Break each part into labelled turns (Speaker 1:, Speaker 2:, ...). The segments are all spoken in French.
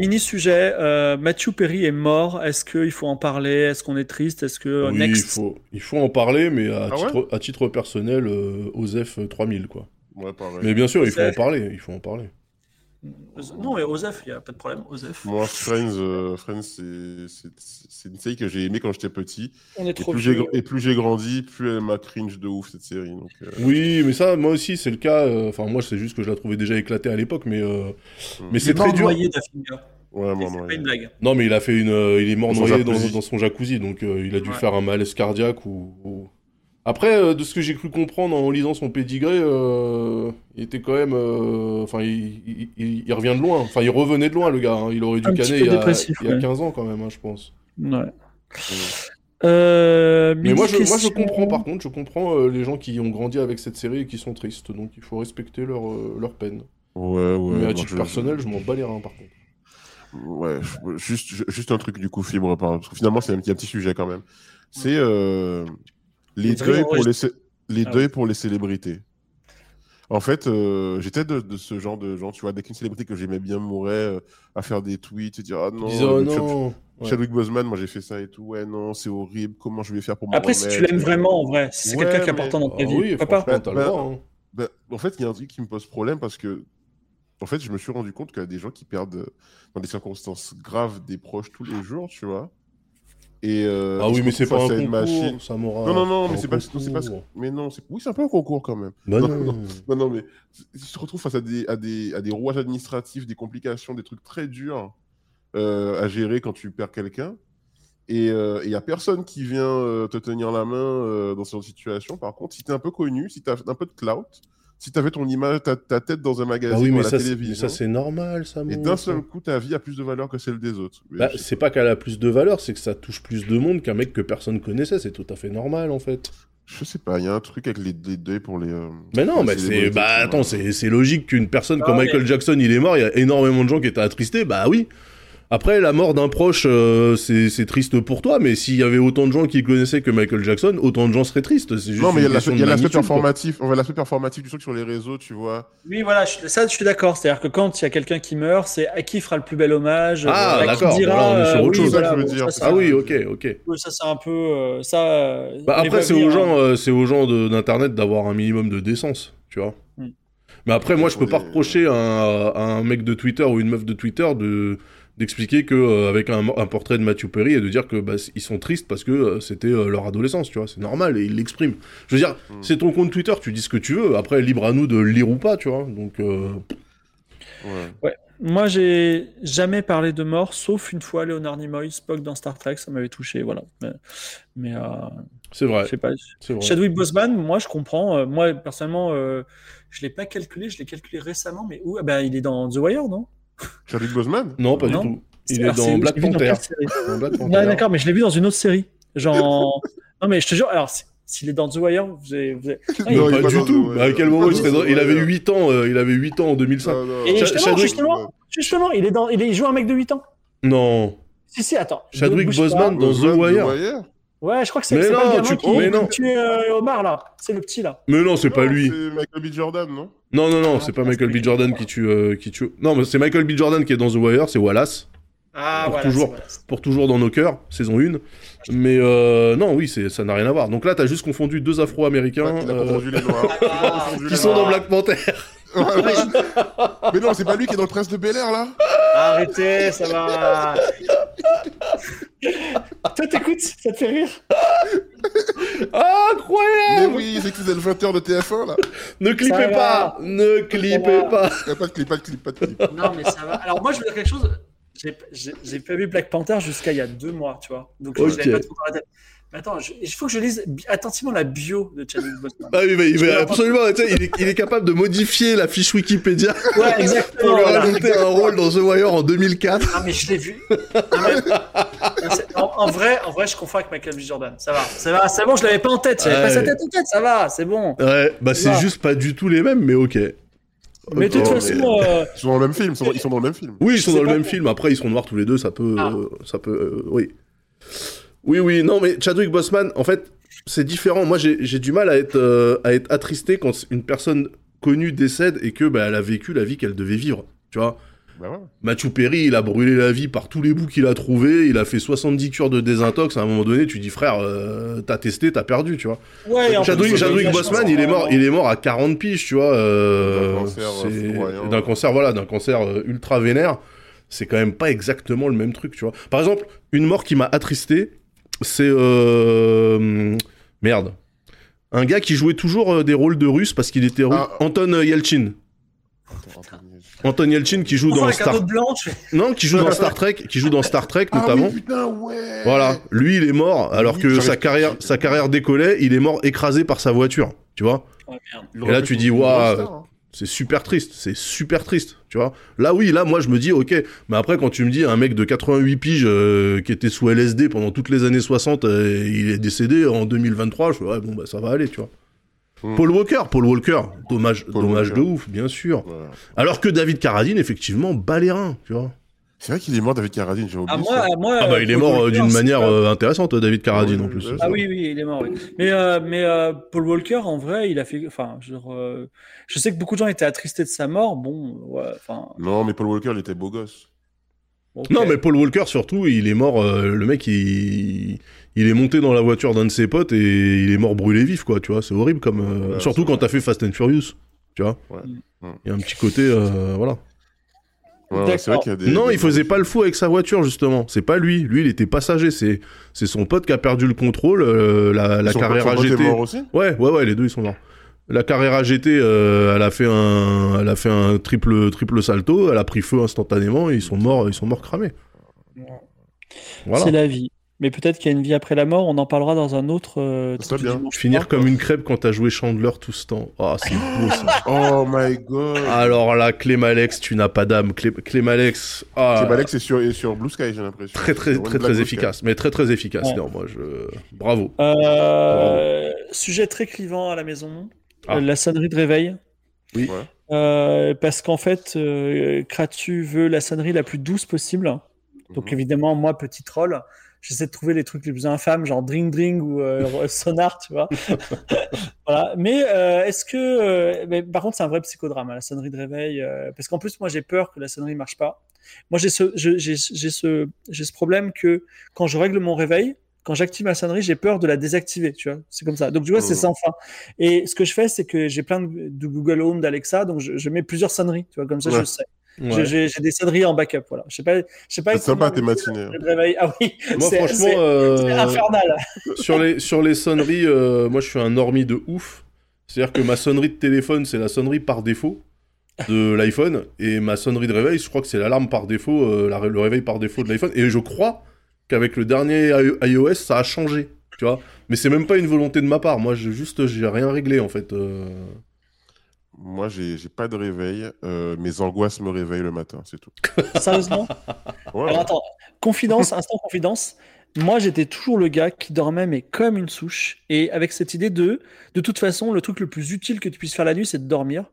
Speaker 1: mini sujet. Euh, Matthew Perry est mort. Est-ce qu'il faut en parler Est-ce qu'on est triste Est-ce que
Speaker 2: Oui, il,
Speaker 1: next
Speaker 2: faut, il faut en parler, mais à,
Speaker 3: Ah ouais
Speaker 2: titre, à titre personnel, euh, OZEF 3000, quoi.
Speaker 3: Ouais, pareil.
Speaker 2: Mais bien sûr, il faut en
Speaker 1: Osef.
Speaker 2: parler, il faut en parler.
Speaker 1: Non, mais Osef, il n'y a pas de problème. Osef.
Speaker 3: Moi, Friends, euh, Friends c'est- c'est c'est une série que j'ai aimée quand j'étais petit.
Speaker 1: On est
Speaker 3: Et
Speaker 1: trop
Speaker 3: plus, j'ai,
Speaker 1: vieux.
Speaker 3: et plus j'ai grandi, plus elle m'a cringe de ouf cette série. Donc, euh,
Speaker 2: Oui, mais ça, moi aussi, c'est le cas. euh, Enfin, moi, c'est juste que je la trouvais déjà éclatée à l'époque, mais,
Speaker 3: Mm.
Speaker 2: euh, mais
Speaker 1: Il est
Speaker 2: c'est très
Speaker 1: mort
Speaker 2: dur.
Speaker 1: noyé d'Africa.
Speaker 3: ouais,
Speaker 1: Et
Speaker 3: moi,
Speaker 1: C'est
Speaker 3: moi,
Speaker 1: pas une
Speaker 3: ouais.
Speaker 1: blague.
Speaker 2: Non, mais il a fait une, euh, il est mort
Speaker 3: Dans son
Speaker 2: noyé dans,
Speaker 3: jacuzzi.
Speaker 2: dans son jacuzzi, donc euh, il a dû
Speaker 1: Ouais.
Speaker 2: faire un malaise cardiaque ou. ou- Après, euh, de ce que j'ai cru comprendre en lisant son pédigré, euh, il était quand même, euh, enfin, il, il- il- il revient de loin. Enfin, il revenait de loin, le gars. hein. Il aurait dû
Speaker 1: Un petit
Speaker 2: canner
Speaker 1: peu
Speaker 2: il y, a,
Speaker 1: dépressif,
Speaker 2: il y a
Speaker 1: ouais.
Speaker 2: 15 ans quand même, hein, je pense.
Speaker 1: Ouais. Euh,
Speaker 2: Mais moi, je, moi, je
Speaker 1: mini-question.
Speaker 2: comprends. Par contre, je comprends euh, les gens qui ont grandi avec cette série et qui sont tristes. Donc, il faut respecter leur euh, leur peine.
Speaker 3: Ouais, ouais.
Speaker 2: Mais à
Speaker 3: moi,
Speaker 2: titre
Speaker 3: je-
Speaker 2: personnel, je m'en bats les reins, par contre.
Speaker 3: Ouais, je- juste, ju- juste un truc du coup, fibre, par- parce que finalement, c'est un petit, un petit sujet quand même. C'est euh, les,
Speaker 1: Les
Speaker 3: deuils
Speaker 1: deuils
Speaker 3: pour les, cé- les
Speaker 1: Ah
Speaker 3: deuils pour les célébrités. En fait, euh, j'étais de, de ce genre de gens, tu vois, dès qu'une célébrité que j'aimais bien mourait, euh, à faire des tweets et dire Ah non,
Speaker 2: Ils disent, oh,
Speaker 3: euh, Chad-
Speaker 2: non. Ouais.
Speaker 3: Chadwick Boseman, moi j'ai fait ça et tout, ouais, non, c'est horrible, comment je vais faire pour m'en
Speaker 1: Après, si tu
Speaker 3: remettre
Speaker 1: l'aimes vraiment, en vrai, si c'est
Speaker 3: Ouais,
Speaker 1: quelqu'un qui est
Speaker 3: mais-
Speaker 1: important dans ta
Speaker 2: Ah
Speaker 1: vie,
Speaker 2: oui,
Speaker 1: pourquoi pas
Speaker 2: franchement, t'as le
Speaker 3: Bah,
Speaker 2: droit, hein.
Speaker 3: Ben, en fait, il y a un truc qui me pose problème parce que, en fait, je me suis rendu compte qu'il y a des gens qui perdent euh, dans des circonstances graves des proches tous les jours, tu vois. Et, euh,
Speaker 2: Ah
Speaker 3: ils
Speaker 2: oui,
Speaker 3: se
Speaker 2: mais c'est pas un
Speaker 3: retrouvent face à une
Speaker 2: concours,
Speaker 3: machine.
Speaker 2: ça m'aura.
Speaker 3: Non, non, non, mais
Speaker 2: un
Speaker 3: c'est pas, non, c'est pas ce-
Speaker 2: concours.
Speaker 3: Mais non, c'est... oui, c'est un peu un concours quand même.
Speaker 2: Bah
Speaker 3: Non,
Speaker 2: non.
Speaker 3: Non, non, mais ils se retrouvent face à des, à des, à des rouages administratifs, des complications, des trucs très durs euh, à gérer quand tu perds quelqu'un. Et euh, il y a personne qui vient euh, te tenir la main euh, dans cette situation. Par contre, si tu es un peu connu, si tu as un peu de clout, si tu avais ton image, ta, ta tête dans un magazine
Speaker 2: Bah oui,
Speaker 3: ou à
Speaker 2: mais
Speaker 3: la
Speaker 2: ça, c'est- mais
Speaker 3: télévision,
Speaker 2: ça, c'est normal, ça.
Speaker 3: et
Speaker 2: mon-
Speaker 3: d'un seul coup, ta vie a plus de valeur que celle des autres. Mais
Speaker 2: Bah,
Speaker 3: je-
Speaker 2: c'est pas qu'elle a plus de valeur, c'est que ça touche plus de monde qu'un mec que personne connaissait. C'est tout à fait normal, en fait.
Speaker 3: je sais pas, il y a un truc avec les, les deuils pour les. euh,
Speaker 2: Mais non,
Speaker 3: pour
Speaker 2: bah
Speaker 3: les
Speaker 2: c'est.
Speaker 3: célébrités,
Speaker 2: Bah
Speaker 3: tu vois.
Speaker 2: attends, c'est c'est logique qu'une personne comme
Speaker 1: Ah,
Speaker 2: Michael Jackson, il est mort, il y a énormément de gens qui étaient attristés, bah oui. Après, la mort d'un proche, euh, c'est c'est triste pour toi, mais s'il y avait autant de gens qui le connaissaient que Michael Jackson, autant de gens seraient tristes. C'est juste
Speaker 3: Non, mais il y a
Speaker 2: une
Speaker 3: l'aspect
Speaker 2: question
Speaker 3: il y a
Speaker 2: de
Speaker 3: l'aspect
Speaker 2: magnitude, quoi.
Speaker 3: performatif, on va l'aspect performatif du truc sur les réseaux, tu vois.
Speaker 1: Oui, voilà, je- ça, je suis d'accord. C'est-à-dire que quand il y a quelqu'un qui meurt, c'est à qui fera le plus bel hommage
Speaker 2: Ah,
Speaker 1: à qui
Speaker 2: d'accord.
Speaker 1: dira,
Speaker 2: Voilà, on est sur
Speaker 1: euh,
Speaker 2: autre
Speaker 1: oui,
Speaker 2: chose,
Speaker 1: voilà,
Speaker 3: ça, je veux
Speaker 1: bon,
Speaker 3: dire.
Speaker 1: ça,
Speaker 2: Ah
Speaker 1: c'est-
Speaker 2: oui, ok, ok.
Speaker 1: Ça, c'est un peu. euh, ça, euh,
Speaker 2: Bah
Speaker 1: on les
Speaker 2: après,
Speaker 1: voit
Speaker 2: c'est
Speaker 1: venir,
Speaker 2: aux
Speaker 1: hein.
Speaker 2: gens, euh, c'est aux gens de- d'internet d'avoir un minimum de décence, tu vois.
Speaker 1: Hmm.
Speaker 2: Mais après, moi, je
Speaker 3: Ils
Speaker 2: peux
Speaker 3: font
Speaker 2: pas
Speaker 3: des- euh,
Speaker 2: reprocher à un, à un mec de Twitter ou une meuf de Twitter de d'expliquer que euh, avec un, un portrait de Matthew Perry et de dire que bah, c- ils sont tristes parce que euh, c'était euh, leur adolescence, tu vois. C'est normal et ils l'expriment. Je veux dire,
Speaker 3: Hmm.
Speaker 2: c'est ton compte Twitter, tu dis ce que tu veux. Après, libre à nous de le lire ou pas, tu vois. Donc euh,
Speaker 3: Ouais.
Speaker 1: Moi, j'ai jamais parlé de mort, sauf une fois Leonard Nimoy, Spock dans Star Trek, ça m'avait touché, voilà. Mais, mais, euh,
Speaker 2: c'est vrai,
Speaker 1: je sais pas.
Speaker 2: c'est vrai.
Speaker 1: Chadwick Boseman, moi, je comprends. Euh, moi, personnellement, euh, je l'ai pas calculé, je l'ai calculé récemment, mais où Ah bah, il est dans The Wire, non
Speaker 3: Chadwick Boseman
Speaker 2: Non, pas
Speaker 1: Non.
Speaker 2: du tout.
Speaker 1: C'est-
Speaker 2: Il est
Speaker 1: alors, c'est-
Speaker 2: dans Black
Speaker 1: je l'ai vu
Speaker 2: Panther.
Speaker 1: quelle série
Speaker 2: Dans Black
Speaker 1: Non,
Speaker 2: Panther.
Speaker 1: d'accord, mais je l'ai vu dans une autre série. Genre. non, mais je te jure, alors, si- s'il est dans The Wire, vous avez- vous avez- Ah, il-
Speaker 3: Non, il est
Speaker 2: pas
Speaker 3: pas
Speaker 2: du
Speaker 3: dans-
Speaker 2: tout.
Speaker 3: ouais.
Speaker 2: à quel
Speaker 3: Il est
Speaker 2: moment
Speaker 3: pas
Speaker 2: il
Speaker 3: dans
Speaker 2: serait dans-
Speaker 3: ce
Speaker 2: Il avait
Speaker 3: Wire.
Speaker 2: 8 ans. euh, il avait 8 ans en 2005.
Speaker 3: Non, non.
Speaker 1: Et
Speaker 2: Euh, Cha-
Speaker 1: justement,
Speaker 2: Chadwick-
Speaker 1: justement, justement, il, est dans... il, est- il joue un mec de 8 ans.
Speaker 3: Ah.
Speaker 2: Non.
Speaker 1: Si, si, attends.
Speaker 2: Chadwick
Speaker 1: Bouge pas.
Speaker 2: Boseman dans The Wire.
Speaker 1: Ouais, je crois que c'est
Speaker 2: Mais
Speaker 1: c'est pas
Speaker 2: non,
Speaker 1: le gamin
Speaker 2: tu-
Speaker 1: qui,
Speaker 2: mais
Speaker 1: qui
Speaker 2: non.
Speaker 1: tue, euh, Omar, là. C'est le petit, là.
Speaker 2: Mais non, c'est pas lui.
Speaker 3: C'est Michael B. Jordan, non
Speaker 2: Non, non, non, c'est pas
Speaker 1: Ah,
Speaker 2: Michael B.
Speaker 1: c'est-
Speaker 2: Jordan qui tue, euh, qui tue. Non, mais c'est Michael B. Jordan qui est dans The Wire, c'est Wallace.
Speaker 1: Ah,
Speaker 2: Pour voilà, toujours. Pour toujours dans nos cœurs, saison 1. Mais euh, non, oui, c'est- ça n'a rien à voir. Donc là, t'as juste confondu deux
Speaker 3: Ouais,
Speaker 2: afro-américains
Speaker 3: Il a
Speaker 2: euh,
Speaker 3: confondu les noirs. Il a
Speaker 1: Ah,
Speaker 3: confondu les
Speaker 2: qui sont dans
Speaker 3: Noirs.
Speaker 2: Black Panther.
Speaker 3: Mais non, c'est pas lui qui est dans le prince de Bel Air, là
Speaker 1: Arrêtez, ça va. Toi, t'écoutes Ça te fait rire
Speaker 3: Mais
Speaker 2: Ah, Incroyable
Speaker 3: oui, c'est que c'est le 20h de TF1, là.
Speaker 2: Ne clippez
Speaker 1: Ça
Speaker 2: pas
Speaker 1: va.
Speaker 2: Ne clippez
Speaker 1: va.
Speaker 2: pas
Speaker 3: Y a pas de clip, pas de clip, pas de clip.
Speaker 1: Non, mais ça va. Alors, moi, je veux dire quelque chose. J'ai- J'ai j'ai pas vu Black Panther jusqu'à il y a deux mois, tu vois. Donc, je
Speaker 2: Ok.
Speaker 1: l'avais pas trop dans la tête. Mais attends, je- il faut que je lise bi- attentivement la bio de Chadwick Boseman.
Speaker 2: Ah oui, mais il
Speaker 1: Je
Speaker 2: va
Speaker 1: l'ai
Speaker 2: absolument, tu sais, il est, il est capable de modifier la fiche Wikipédia
Speaker 1: Ouais,
Speaker 2: pour
Speaker 1: exactement.
Speaker 2: lui
Speaker 1: voilà.
Speaker 2: rajouter un rôle dans The Wire en 2004.
Speaker 1: Ah, mais je l'ai vu. Non, mais- C'est- En, en vrai, en vrai, je confonds avec Michael B. Jordan. Ça va, ça va, c'est bon, je l'avais pas en tête. J'avais
Speaker 2: Ouais.
Speaker 1: pas sa tête en tête, ça va, c'est bon.
Speaker 2: Ouais, bah c'est
Speaker 1: Non.
Speaker 2: juste pas du tout les mêmes, mais ok.
Speaker 1: Mais de
Speaker 2: Oh,
Speaker 1: toute façon, euh,
Speaker 3: Ils sont dans le même film, ils sont, ils sont dans le même film.
Speaker 2: Oui, ils
Speaker 1: Je
Speaker 2: sont
Speaker 1: sais
Speaker 2: dans le
Speaker 1: pas
Speaker 2: même
Speaker 1: pour-
Speaker 2: film. Après, ils sont noirs tous les deux. Ça peut,
Speaker 1: Ah.
Speaker 2: euh, ça peut, euh, oui. Oui, oui. Non, mais Chadwick Boseman, en fait, c'est différent. Moi, j'ai j'ai du mal à être, euh, à être attristé quand une personne connue décède et que, bah, elle a vécu la vie qu'elle devait vivre. Tu vois.
Speaker 3: Bah ouais.
Speaker 2: Mathieu Perry, il a brûlé la vie par tous les bouts qu'il a trouvé, il a fait 70 cures de désintox, à un moment donné, tu dis frère, euh, t'as testé, t'as perdu, tu vois.
Speaker 1: Ouais, en plus,
Speaker 2: Chadwick,
Speaker 1: ils ont eu
Speaker 2: Chadwick
Speaker 1: la
Speaker 2: Boseman,
Speaker 1: chance,
Speaker 2: il est mort,
Speaker 1: vraiment.
Speaker 2: il est mort à 40 piges, tu vois. euh,
Speaker 3: D'un cancer, euh,
Speaker 2: c'est-
Speaker 3: foudroyant.
Speaker 2: d'un cancer, voilà, d'un cancer euh, ultra vénère. C'est quand même pas exactement le même truc, tu vois. Par exemple, une mort qui m'a attristé, c'est euh, merde, un gars qui jouait toujours euh, des rôles de Russe parce qu'il était russe.
Speaker 3: Ah.
Speaker 2: Anton Yelchin.
Speaker 3: Attends,
Speaker 2: Ah
Speaker 3: Anthony.
Speaker 2: Anton Yelchin qui joue
Speaker 1: Enfin,
Speaker 2: dans
Speaker 1: avec un
Speaker 2: Star,
Speaker 1: autre blanche.
Speaker 2: non, qui joue dans Star Trek, qui joue dans Star Trek
Speaker 3: Ah
Speaker 2: notamment.
Speaker 3: oui, putain, ouais.
Speaker 2: Voilà, lui il est mort alors
Speaker 3: Oui,
Speaker 2: que
Speaker 3: j'arrive
Speaker 2: sa
Speaker 3: pas.
Speaker 2: carrière, sa carrière décollait, il est mort écrasé par sa voiture, tu vois.
Speaker 1: Ouais, Oh, merde.
Speaker 3: Il
Speaker 2: Et
Speaker 3: aurait
Speaker 2: là,
Speaker 3: pu
Speaker 2: tu
Speaker 3: être
Speaker 2: dis,
Speaker 3: une
Speaker 2: waouh,
Speaker 3: grosse star, hein.
Speaker 2: C'est super triste, c'est super triste, tu vois. Là oui, là moi je me dis ok, mais après quand tu me dis un mec de 88 piges euh, qui était sous LSD pendant toutes les années 60, euh, il est décédé en 2023, je fais ouais bon bah ça va aller, tu vois.
Speaker 3: Mm.
Speaker 2: Paul Walker, Paul Walker, dommage,
Speaker 3: Paul
Speaker 2: dommage
Speaker 3: Walker.
Speaker 2: de ouf, bien sûr.
Speaker 3: Voilà.
Speaker 2: Alors que David Carradine effectivement bat les reins, tu vois.
Speaker 3: C'est vrai qu'il est mort David Carradine, j'ai
Speaker 1: Ah,
Speaker 3: oublié.
Speaker 1: moi,
Speaker 3: ça.
Speaker 1: ah, moi,
Speaker 2: Ah bah
Speaker 1: euh,
Speaker 2: il est
Speaker 1: Paul
Speaker 2: mort euh,
Speaker 1: Walker,
Speaker 2: d'une
Speaker 1: c'est
Speaker 2: manière
Speaker 1: pas-
Speaker 2: euh, intéressante, euh, David Carradine en plus.
Speaker 3: Ah
Speaker 1: Ah oui, oui, il est mort. oui. Mais, euh, mais euh, Paul Walker, en vrai, il a fait. Enfin, je, re- je sais que beaucoup de gens étaient attristés de sa mort. Bon, ouais, enfin.
Speaker 3: Non, mais Paul Walker, il était beau gosse.
Speaker 1: ok.
Speaker 2: Non, mais Paul Walker, surtout, il est mort. euh, le mec, il, il est monté dans la voiture d'un de ses potes et il est mort brûlé vif, quoi. Tu vois, c'est horrible comme. euh,
Speaker 3: Ouais,
Speaker 2: surtout
Speaker 3: c'est
Speaker 2: quand
Speaker 3: vrai.
Speaker 2: t'as fait Fast and Furious. Tu vois
Speaker 3: Ouais. Mm.
Speaker 2: Il y a un petit côté. euh, voilà.
Speaker 3: Ouais, ouais, c'est vrai
Speaker 1: D'accord.
Speaker 3: qu'il y a des.
Speaker 2: non,
Speaker 3: des-
Speaker 2: il faisait pas le fou avec sa voiture, justement. C'est pas lui. Lui, il était passager. C'est c'est son pote qui a perdu le contrôle. euh, la la
Speaker 3: Son-
Speaker 2: carrière
Speaker 3: son pote est
Speaker 2: AGT.
Speaker 3: mort aussi
Speaker 2: Ouais, ouais, ouais, les deux ils sont morts. La carrière AGT, euh, elle a fait un, elle a fait un triple, triple salto, elle a pris feu instantanément et ils sont morts, ils sont morts cramés.
Speaker 1: C'est
Speaker 2: Voilà.
Speaker 1: la vie. Mais peut-être qu'il y a une vie après la mort. On en parlera dans un autre. euh,
Speaker 3: Ça serait
Speaker 1: Tipeee
Speaker 3: bien.
Speaker 1: dimanche
Speaker 2: Finir
Speaker 1: soir.
Speaker 2: comme une crêpe quand t'as joué Chandler tout ce temps. Ah, c'est beau ça.
Speaker 3: Oh my god.
Speaker 2: Alors là, Clem Alex, tu n'as pas d'âme. Clé- Clem Alex, ah,
Speaker 3: C'est Malek, c'est sur, et sur Blue Sky, j'ai l'impression.
Speaker 2: très très
Speaker 3: Sur
Speaker 2: très
Speaker 3: Black
Speaker 2: très
Speaker 3: Blue
Speaker 2: efficace, mais très très efficace.
Speaker 1: Ouais.
Speaker 2: Non, moi, je, bravo.
Speaker 1: Euh, Sujet très clivant à la maison.
Speaker 2: Ah.
Speaker 1: Euh, La sonnerie de réveil.
Speaker 2: Oui.
Speaker 3: Ouais.
Speaker 1: Euh, parce qu'en fait, euh, Kratu veut la sonnerie la plus douce possible. Donc
Speaker 3: Mhm.
Speaker 1: évidemment, moi, petit troll, j'essaie de trouver les trucs les plus infâmes, genre Dring Dring ou euh, Sonar, tu vois. voilà. Mais euh, est-ce que... euh, mais par contre, c'est un vrai psychodrame, hein, la sonnerie de réveil. euh, parce qu'en plus, moi, j'ai peur que la sonnerie marche pas. Moi, j'ai ce, je- j'ai j'ai ce, j'ai ce problème que quand je règle mon réveil, quand j'active ma sonnerie, j'ai peur de la désactiver, tu vois. C'est comme ça. Donc, tu vois, c'est sans
Speaker 3: Mhm.
Speaker 1: fin. Et ce que je fais, c'est que j'ai plein de, de Google Home, d'Alexa, donc je, je mets plusieurs sonneries, tu vois, comme ça,
Speaker 3: Ouais.
Speaker 1: je sais.
Speaker 2: Ouais.
Speaker 1: J'ai- J'ai j'ai des sonneries en backup, voilà. Je sais pas, je sais pas.
Speaker 3: C'est sympa
Speaker 1: comment-
Speaker 3: tes hein. matinées.
Speaker 1: le réveil. Ah oui,
Speaker 2: Moi,
Speaker 1: c'est-
Speaker 2: franchement,
Speaker 1: c'est-
Speaker 2: euh,
Speaker 1: c'est infernal.
Speaker 2: sur les sur les sonneries, euh, moi, je suis un normie de ouf. C'est-à-dire que ma sonnerie de téléphone, c'est la sonnerie par défaut de l'iPhone, et ma sonnerie de réveil, je crois que c'est l'alarme par défaut, euh, la ré- le réveil par défaut de l'iPhone. Et je crois qu'avec le dernier I- iOS, ça a changé, tu vois. Mais c'est même pas une volonté de ma part. Moi, j'ai juste, j'ai rien réglé en fait. euh.
Speaker 3: Moi, j'ai j'ai pas de réveil. euh, mes angoisses me réveillent le matin, c'est tout.
Speaker 1: Sérieusement.
Speaker 2: Ah.
Speaker 3: Ouais,
Speaker 1: Alors
Speaker 3: ouais.
Speaker 1: attends, confidence, instant confidence. Moi, j'étais toujours le gars qui dormait mais comme une souche et avec cette idée de, de toute façon, le truc le plus utile que tu puisses faire la nuit, c'est de dormir.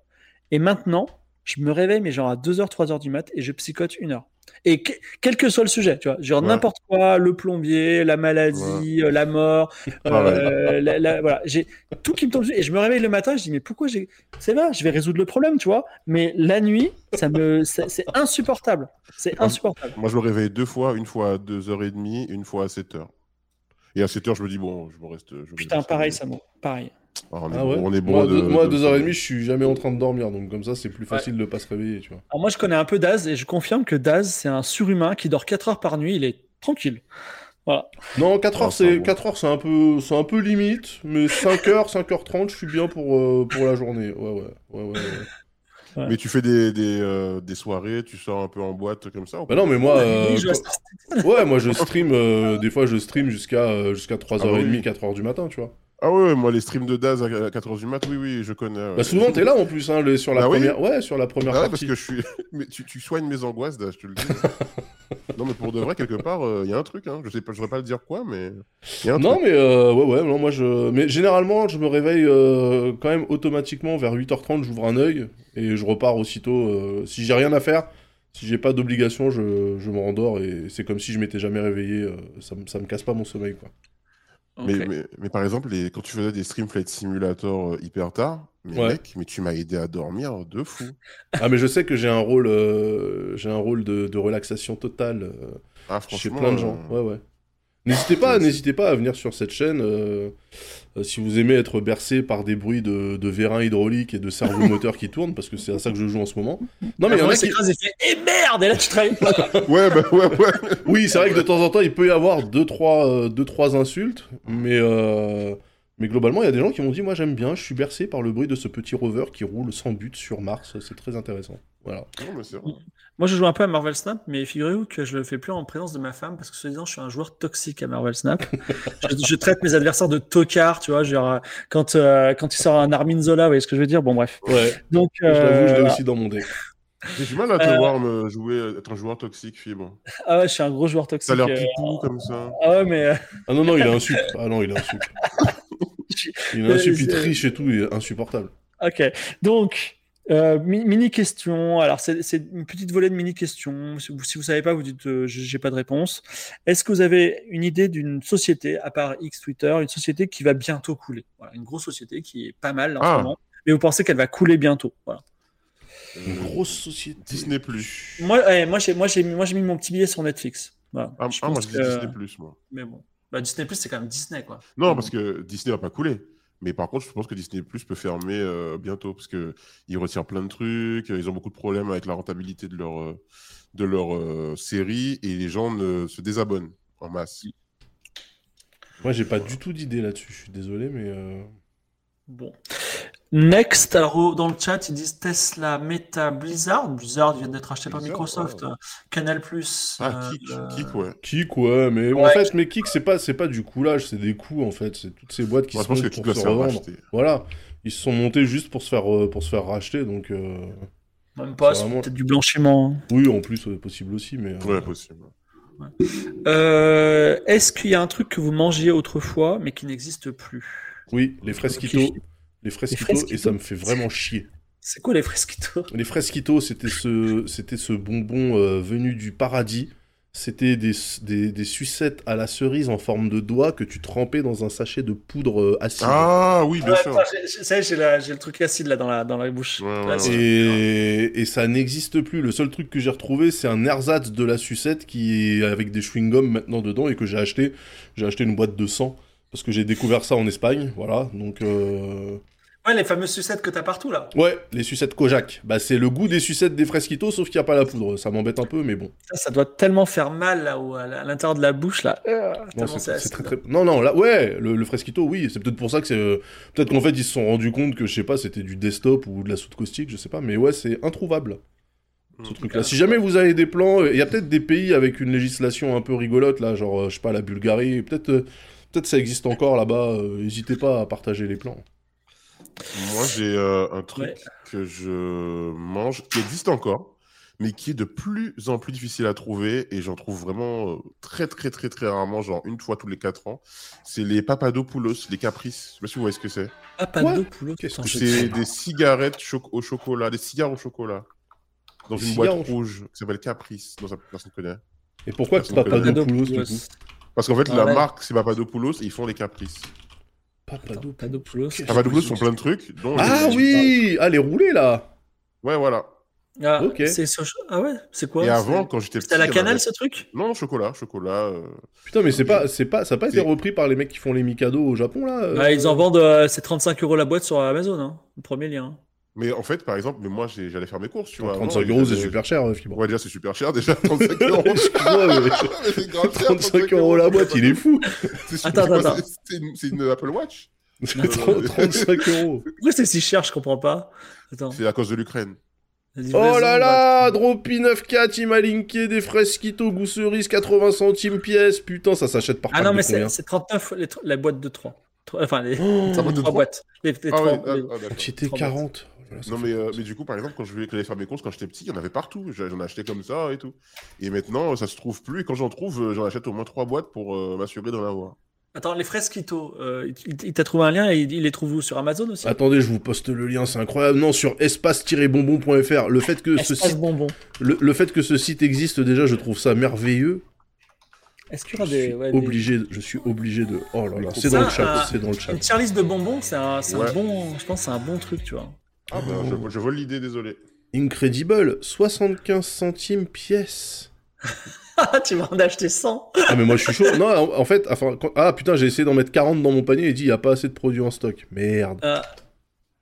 Speaker 1: Et maintenant, je me réveille mais genre à 2h, 3h du mat et je psychote une heure. Et que- quel que soit le sujet, tu vois, genre
Speaker 3: Ouais.
Speaker 1: n'importe quoi, le plombier, la maladie, euh, la mort,
Speaker 2: Ah
Speaker 1: euh, la- la- voilà, j'ai tout qui me tombe dessus. Et je me réveille le matin, je dis mais pourquoi j'ai, c'est va, je vais résoudre le problème, tu vois. Mais la nuit, ça me, c'est c'est insupportable,
Speaker 2: Ah
Speaker 1: c'est insupportable.
Speaker 3: Moi, je me réveille deux fois, une fois à 2h30, une fois à 7h. Et à 7h, je me dis, bon, je me reste. je me
Speaker 1: Putain,
Speaker 3: reste-
Speaker 1: pareil, Samo. Pareil.
Speaker 3: Ah, on, est
Speaker 2: Ah
Speaker 3: bon,
Speaker 2: ouais
Speaker 3: on est bon. euh,
Speaker 2: moi,
Speaker 3: de-
Speaker 2: deux- moi, à
Speaker 3: de-
Speaker 2: 2h30, je suis jamais en train de dormir, donc comme ça, c'est plus facile de pas se réveiller, tu vois.
Speaker 1: Alors moi, je connais un peu Daz et je confirme que Daz, c'est un surhumain qui dort 4 heures par nuit. Il est tranquille. Voilà.
Speaker 2: Non, 4
Speaker 3: Ah,
Speaker 2: heures,
Speaker 3: c'est un
Speaker 2: c'est,
Speaker 3: bon.
Speaker 2: 4 heures, c'est un peu, c'est un peu limite, mais 5 heures, 5h30, je suis bien pour, euh, pour la journée. Ouais, ouais, ouais, ouais, ouais.
Speaker 3: Mais tu fais des, des, euh, des soirées, tu sors un peu en boîte comme ça ou
Speaker 2: Bah
Speaker 3: pas
Speaker 2: non, mais moi, euh,
Speaker 1: Oui, je reste-
Speaker 2: quand- ouais, moi, je stream, euh, des fois, je stream jusqu'à, euh, jusqu'à 3h30,
Speaker 3: Ah oui.
Speaker 2: 4h du matin, tu vois.
Speaker 3: Ah ouais, ouais, moi, les streams de Daz à 4h du mat, oui, oui, je connais. ouais.
Speaker 2: Bah, souvent, t'es là, en plus, hein, le- sur la
Speaker 3: Bah oui.
Speaker 2: première, ouais, sur la première
Speaker 3: Ah ouais, parce
Speaker 2: partie.
Speaker 3: que je suis. Mais tu, tu soignes mes angoisses, Daz, je te le dis. non, mais pour de vrai, quelque part, il y a un truc. Hein. Je sais pas, je voudrais pas le dire quoi, mais. Y a un
Speaker 2: Non
Speaker 3: truc.
Speaker 2: mais euh, ouais ouais non moi je mais généralement je me réveille euh, quand même automatiquement vers 8h30 j'ouvre un œil et je repars aussitôt euh, si j'ai rien à faire si j'ai pas d'obligation je, je me rendors et c'est comme si je m'étais jamais réveillé euh, ça me ça me casse pas mon sommeil quoi
Speaker 3: Mais,
Speaker 4: Ok.
Speaker 3: mais- mais par exemple, les... quand tu faisais des stream flight simulator euh, hyper tard, mais
Speaker 2: Ouais.
Speaker 3: mec, mais tu m'as aidé à dormir de fou.
Speaker 2: Ah, mais je sais que j'ai un rôle, euh, j'ai un rôle de, de relaxation totale euh,
Speaker 3: Ah,
Speaker 2: chez
Speaker 3: franchement.
Speaker 2: plein de
Speaker 3: euh,
Speaker 2: gens. Ouais, ouais. N'hésitez pas,
Speaker 3: Merci.
Speaker 2: n'hésitez pas à venir sur cette chaîne euh, euh, si vous aimez être bercé par des bruits de, de vérin hydraulique et de cerveau moteur qui tournent, parce que c'est à ça que je joue en ce moment. Non,
Speaker 1: Ah,
Speaker 2: mais il y en a qui-
Speaker 1: et fait Eh merde Et là, tu travailles pas.
Speaker 3: Ouais, bah ouais, ouais.
Speaker 2: Oui, c'est vrai que de temps en temps, il peut y avoir deux trois, euh, deux, trois insultes, mais, euh, mais globalement, il y a des gens qui m'ont dit Moi, j'aime bien, je suis bercé par le bruit de ce petit rover qui roule sans but sur Mars, c'est très intéressant. Voilà.
Speaker 3: Non, mais c'est vrai.
Speaker 1: Moi, je joue un peu à Marvel Snap, mais figurez-vous que je le fais plus en présence de ma femme parce que, soi-disant, je suis un joueur toxique à Marvel Snap. je, je traite mes adversaires de tocards, tu vois. Genre, euh, quand, euh, quand il sort un Armin Zola, vous voyez ce que je veux dire Bon, bref.
Speaker 2: Ouais,
Speaker 1: Donc,
Speaker 2: je l'avoue, je l'ai
Speaker 1: euh,
Speaker 2: aussi dans mon deck.
Speaker 3: J'ai du mal à te
Speaker 1: Euh.
Speaker 3: voir me jouer, être un joueur toxique, Fibre.
Speaker 1: ah ouais, je suis un gros joueur
Speaker 3: T'as
Speaker 1: toxique.
Speaker 3: l'air
Speaker 1: euh,
Speaker 3: pipou comme ça.
Speaker 1: Ah ouais, mais euh,
Speaker 2: Ah non, non, il est insulte. Ah non, il est insulte. Il est insulte, il est riche et tout, il est insupportable.
Speaker 1: Ok, donc, euh, mi- mini question. Alors, c'est c'est une petite volée de mini questions. Si vous, si vous savez pas, vous dites euh, j'ai j'ai pas de réponse. Est-ce que vous avez une idée d'une société, à part X Twitter, une société qui va bientôt couler Voilà, Une grosse société qui est pas mal là, en
Speaker 3: Ah.
Speaker 1: ce moment, mais vous pensez qu'elle va couler bientôt voilà.
Speaker 2: Une grosse société.
Speaker 3: Euh, Disney Plus.
Speaker 1: Moi, eh, moi j'ai moi, j'ai mis, moi, j'ai mis mon petit billet sur Netflix. Voilà.
Speaker 3: Ah,
Speaker 1: Je
Speaker 3: ah, moi,
Speaker 1: pense
Speaker 3: je dis
Speaker 1: que-
Speaker 3: Disney Plus, moi.
Speaker 1: Mais bon, Bah, Disney Plus, c'est quand même Disney quoi.
Speaker 3: Non, parce que Disney va pas couler. Mais par contre, je pense que Disney Plus peut fermer euh, bientôt parce que ils retirent plein de trucs. euh, Ils ont beaucoup de problèmes avec la rentabilité de leur euh, de leur euh, série et les gens ne se désabonnent en masse.
Speaker 2: Moi, j'ai pas du tout d'idée là-dessus, je suis désolé, mais. euh,
Speaker 1: Bon. Next, alors au- dans le chat, ils disent Tesla, Meta, Blizzard. Blizzard vient d'être acheté par
Speaker 3: Blizzard,
Speaker 1: Microsoft,
Speaker 3: ouais.
Speaker 1: euh, Canal Plus. euh,
Speaker 3: Ah, Kik, Kik, ouais.
Speaker 2: Kik, ouais, mais en
Speaker 1: Ouais.
Speaker 2: fait, mais Kik, c'est pas, c'est pas du coulage, c'est des coups, en fait. C'est toutes ces boîtes qui
Speaker 3: Moi, je
Speaker 2: se
Speaker 3: pense que
Speaker 2: montent
Speaker 3: Kik
Speaker 2: pour
Speaker 3: va se faire
Speaker 2: revendre.
Speaker 3: racheter.
Speaker 2: Voilà, ils se sont montés juste pour se faire, euh, pour se faire racheter, donc euh,
Speaker 1: même pas,
Speaker 2: c'est
Speaker 1: c'est
Speaker 2: vraiment-
Speaker 1: peut-être du blanchiment. hein.
Speaker 2: oui, en plus euh, possible aussi, mais euh,
Speaker 3: Ouais, possible.
Speaker 1: Euh, Est-ce qu'il y a un truc que vous mangiez autrefois mais qui n'existe plus
Speaker 2: oui, les fresquitos,
Speaker 1: Ok.
Speaker 2: les fresquitos,
Speaker 1: fresquitos.
Speaker 2: et ça me fait vraiment chier.
Speaker 1: C'est quoi les fresquitos
Speaker 2: Les fresquitos, c'était ce, c'était ce bonbon euh, venu du paradis. C'était des, des, des sucettes à la cerise en forme de doigt que tu trempais dans un sachet de poudre euh, acide.
Speaker 3: Ah oui, bien sûr.
Speaker 1: Attends, j'ai- j'ai- ça y est, j'ai la- j'ai le truc acide là dans la, dans la bouche.
Speaker 3: Ouais, ouais,
Speaker 1: Là,
Speaker 3: ouais.
Speaker 1: c'est-
Speaker 2: Et, et ça n'existe plus. Le seul truc que j'ai retrouvé, c'est un ersatz de la sucette qui est avec des chewing-gums maintenant dedans et que j'ai acheté. J'ai acheté une boîte de 100 parce que j'ai découvert ça en Espagne. Voilà. Donc, euh,
Speaker 1: Ouais, les fameuses sucettes que t'as partout là.
Speaker 2: ouais, les sucettes Kojak. Bah, c'est le goût des sucettes des fresquitos, sauf qu'il n'y a pas la poudre. Ça m'embête un peu, mais bon.
Speaker 1: Ça, ça doit tellement faire mal là où, à la- à l'intérieur de la bouche là. Euh,
Speaker 2: Non,
Speaker 1: tellement
Speaker 2: c'est-
Speaker 1: c'est
Speaker 2: c'est très,
Speaker 1: acide.
Speaker 2: très- non, non, là, ouais, le, le fresquito, oui. C'est peut-être pour ça que c'est. euh, Peut-être qu'en fait, ils se sont rendus compte que, je sais pas, c'était du desktop ou de la soude caustique, je sais pas, mais ouais, c'est introuvable.
Speaker 3: Mm.
Speaker 2: Ce truc-là. Si jamais vous avez des plans, euh, il y a peut-être des pays avec une législation un peu rigolote, là, genre, euh, je sais pas, la Bulgarie, peut-être euh, peut-être ça existe encore là-bas, euh, n'hésitez pas à partager les plans.
Speaker 3: Moi, j'ai euh, un truc
Speaker 1: Ouais.
Speaker 3: que je mange qui existe encore, mais qui est de plus en plus difficile à trouver et j'en trouve vraiment euh, très, très, très, très rarement, genre une fois tous les quatre ans. C'est les Papadopoulos, les Caprices. Je sais pas si vous voyez ce que c'est.
Speaker 1: Ah, pas
Speaker 2: Quoi
Speaker 1: de poulet.
Speaker 2: Qu'est-ce
Speaker 1: Attends,
Speaker 2: que
Speaker 1: je-
Speaker 3: C'est des cigarettes cho- au chocolat, des cigares au chocolat. Dans
Speaker 2: Des
Speaker 3: une
Speaker 2: cigares
Speaker 3: boîte
Speaker 2: au cho-
Speaker 3: rouge qui s'appelle Caprice, dans un personne connaît.
Speaker 2: Et pourquoi
Speaker 3: Personne
Speaker 2: Papadopoulos, du coup
Speaker 3: Parce qu'en fait,
Speaker 1: Ah
Speaker 3: la
Speaker 1: ouais.
Speaker 3: marque, c'est Papadopoulos et ils font les Caprices.
Speaker 1: Attends,
Speaker 2: Papadopoulos.
Speaker 1: Papadopoulos.
Speaker 3: Papadopoulos font plein de trucs, dont.
Speaker 2: Ah
Speaker 3: les-
Speaker 2: oui Ah, les roulés, là
Speaker 3: Ouais, voilà.
Speaker 1: Ah,
Speaker 2: Ok.
Speaker 1: c'est ce- ah ouais, c'est quoi
Speaker 3: et Euh,
Speaker 1: c'est-
Speaker 3: avant, quand j'étais
Speaker 1: C'était à la
Speaker 3: petit, il y en
Speaker 1: canal
Speaker 3: avait-
Speaker 1: ce truc
Speaker 3: Non, chocolat, chocolat. euh,
Speaker 2: Putain, mais c'est pas, c'est pas, ça n'a pas été
Speaker 3: C'est-
Speaker 2: repris par les mecs qui font les Mikado au Japon, là euh
Speaker 1: Bah, Ils en vendent, euh, c'est 35 euros la boîte sur Amazon, hein, le premier lien.
Speaker 3: Mais en fait, par exemple, mais moi, j'ai- j'allais faire mes courses, tu vois.
Speaker 2: 35
Speaker 3: avant,
Speaker 2: euros, c'est
Speaker 3: j'allais-
Speaker 2: super cher, euh, Fibre.
Speaker 3: Ouais, déjà, c'est super cher, déjà, 35 euros.
Speaker 2: Excuse-moi, mais
Speaker 3: Mais c'est grave cher,
Speaker 2: 35 euros la boîte, il est fou
Speaker 3: C'est super-
Speaker 1: Attends,
Speaker 3: c'est quoi,
Speaker 1: attends.
Speaker 3: c'est- C'est une, c'est une Apple Watch
Speaker 1: non, non.
Speaker 2: 35 euros
Speaker 1: Pourquoi c'est si cher, je comprends pas. Attends.
Speaker 3: C'est à cause de l'Ukraine.
Speaker 1: la livraison,
Speaker 2: Oh là là
Speaker 1: bah,
Speaker 2: Dropi94, il m'a linké des fresquitos goût cerise 80 centimes pièce Putain, ça s'achète par
Speaker 1: Ah
Speaker 2: pack
Speaker 1: non,
Speaker 2: de
Speaker 1: mais
Speaker 2: combien
Speaker 1: c'est c'est 39 les tr- la boîte de 3. Enfin, les
Speaker 2: Oh,
Speaker 3: Ça va de
Speaker 1: 3
Speaker 3: trois
Speaker 1: boîtes. Les, les
Speaker 3: Ah
Speaker 1: trois,
Speaker 3: ouais, ah,
Speaker 1: les-
Speaker 3: ah, d'accord.
Speaker 2: J'étais
Speaker 1: Trop
Speaker 2: 40 Voilà, ça
Speaker 3: Non,
Speaker 2: fait-
Speaker 3: mais, euh, mais du coup, par exemple, quand je voulais aller faire mes courses quand j'étais petit, il y en avait partout. J'a- J'en achetais comme ça et tout. Et maintenant, ça se trouve plus. Et quand j'en trouve, euh, j'en achète au moins trois boîtes pour euh, m'assurer d'en avoir.
Speaker 1: Attends, les fresquitos, euh, il, il t'a trouvé un lien et il, il les trouve où Sur Amazon aussi
Speaker 2: Attendez, je vous poste le lien, c'est incroyable. Non, sur espace-bonbon.fr. Le fait que ce
Speaker 1: Espace
Speaker 2: site,
Speaker 1: bonbon.
Speaker 2: le, le fait que ce site existe déjà, je trouve ça merveilleux.
Speaker 1: Est-ce qu'il y aura
Speaker 2: Je suis
Speaker 1: des. Ah, ouais, des-
Speaker 2: obligé, de- je suis obligé de. Oh là là, c'est
Speaker 1: Ça, euh,
Speaker 2: dans le chat,
Speaker 1: un-
Speaker 2: c'est dans le chat.
Speaker 1: Une tier list de bonbons, c'est un, c'est un
Speaker 3: Ouais.
Speaker 1: bon. Je pense que c'est un bon truc, tu vois.
Speaker 3: Ah bah,
Speaker 1: Oh.
Speaker 3: je, je vole l'idée, désolé.
Speaker 2: Incredible, 75 centimes pièce.
Speaker 1: Ah, tu vas en acheter 100.
Speaker 2: Ah mais moi je suis chaud. Non, en, en fait, enfin, quand- ah putain, j'ai essayé d'en mettre 40 dans mon panier et dit il y a pas assez de produits en stock. Merde.
Speaker 1: Ah,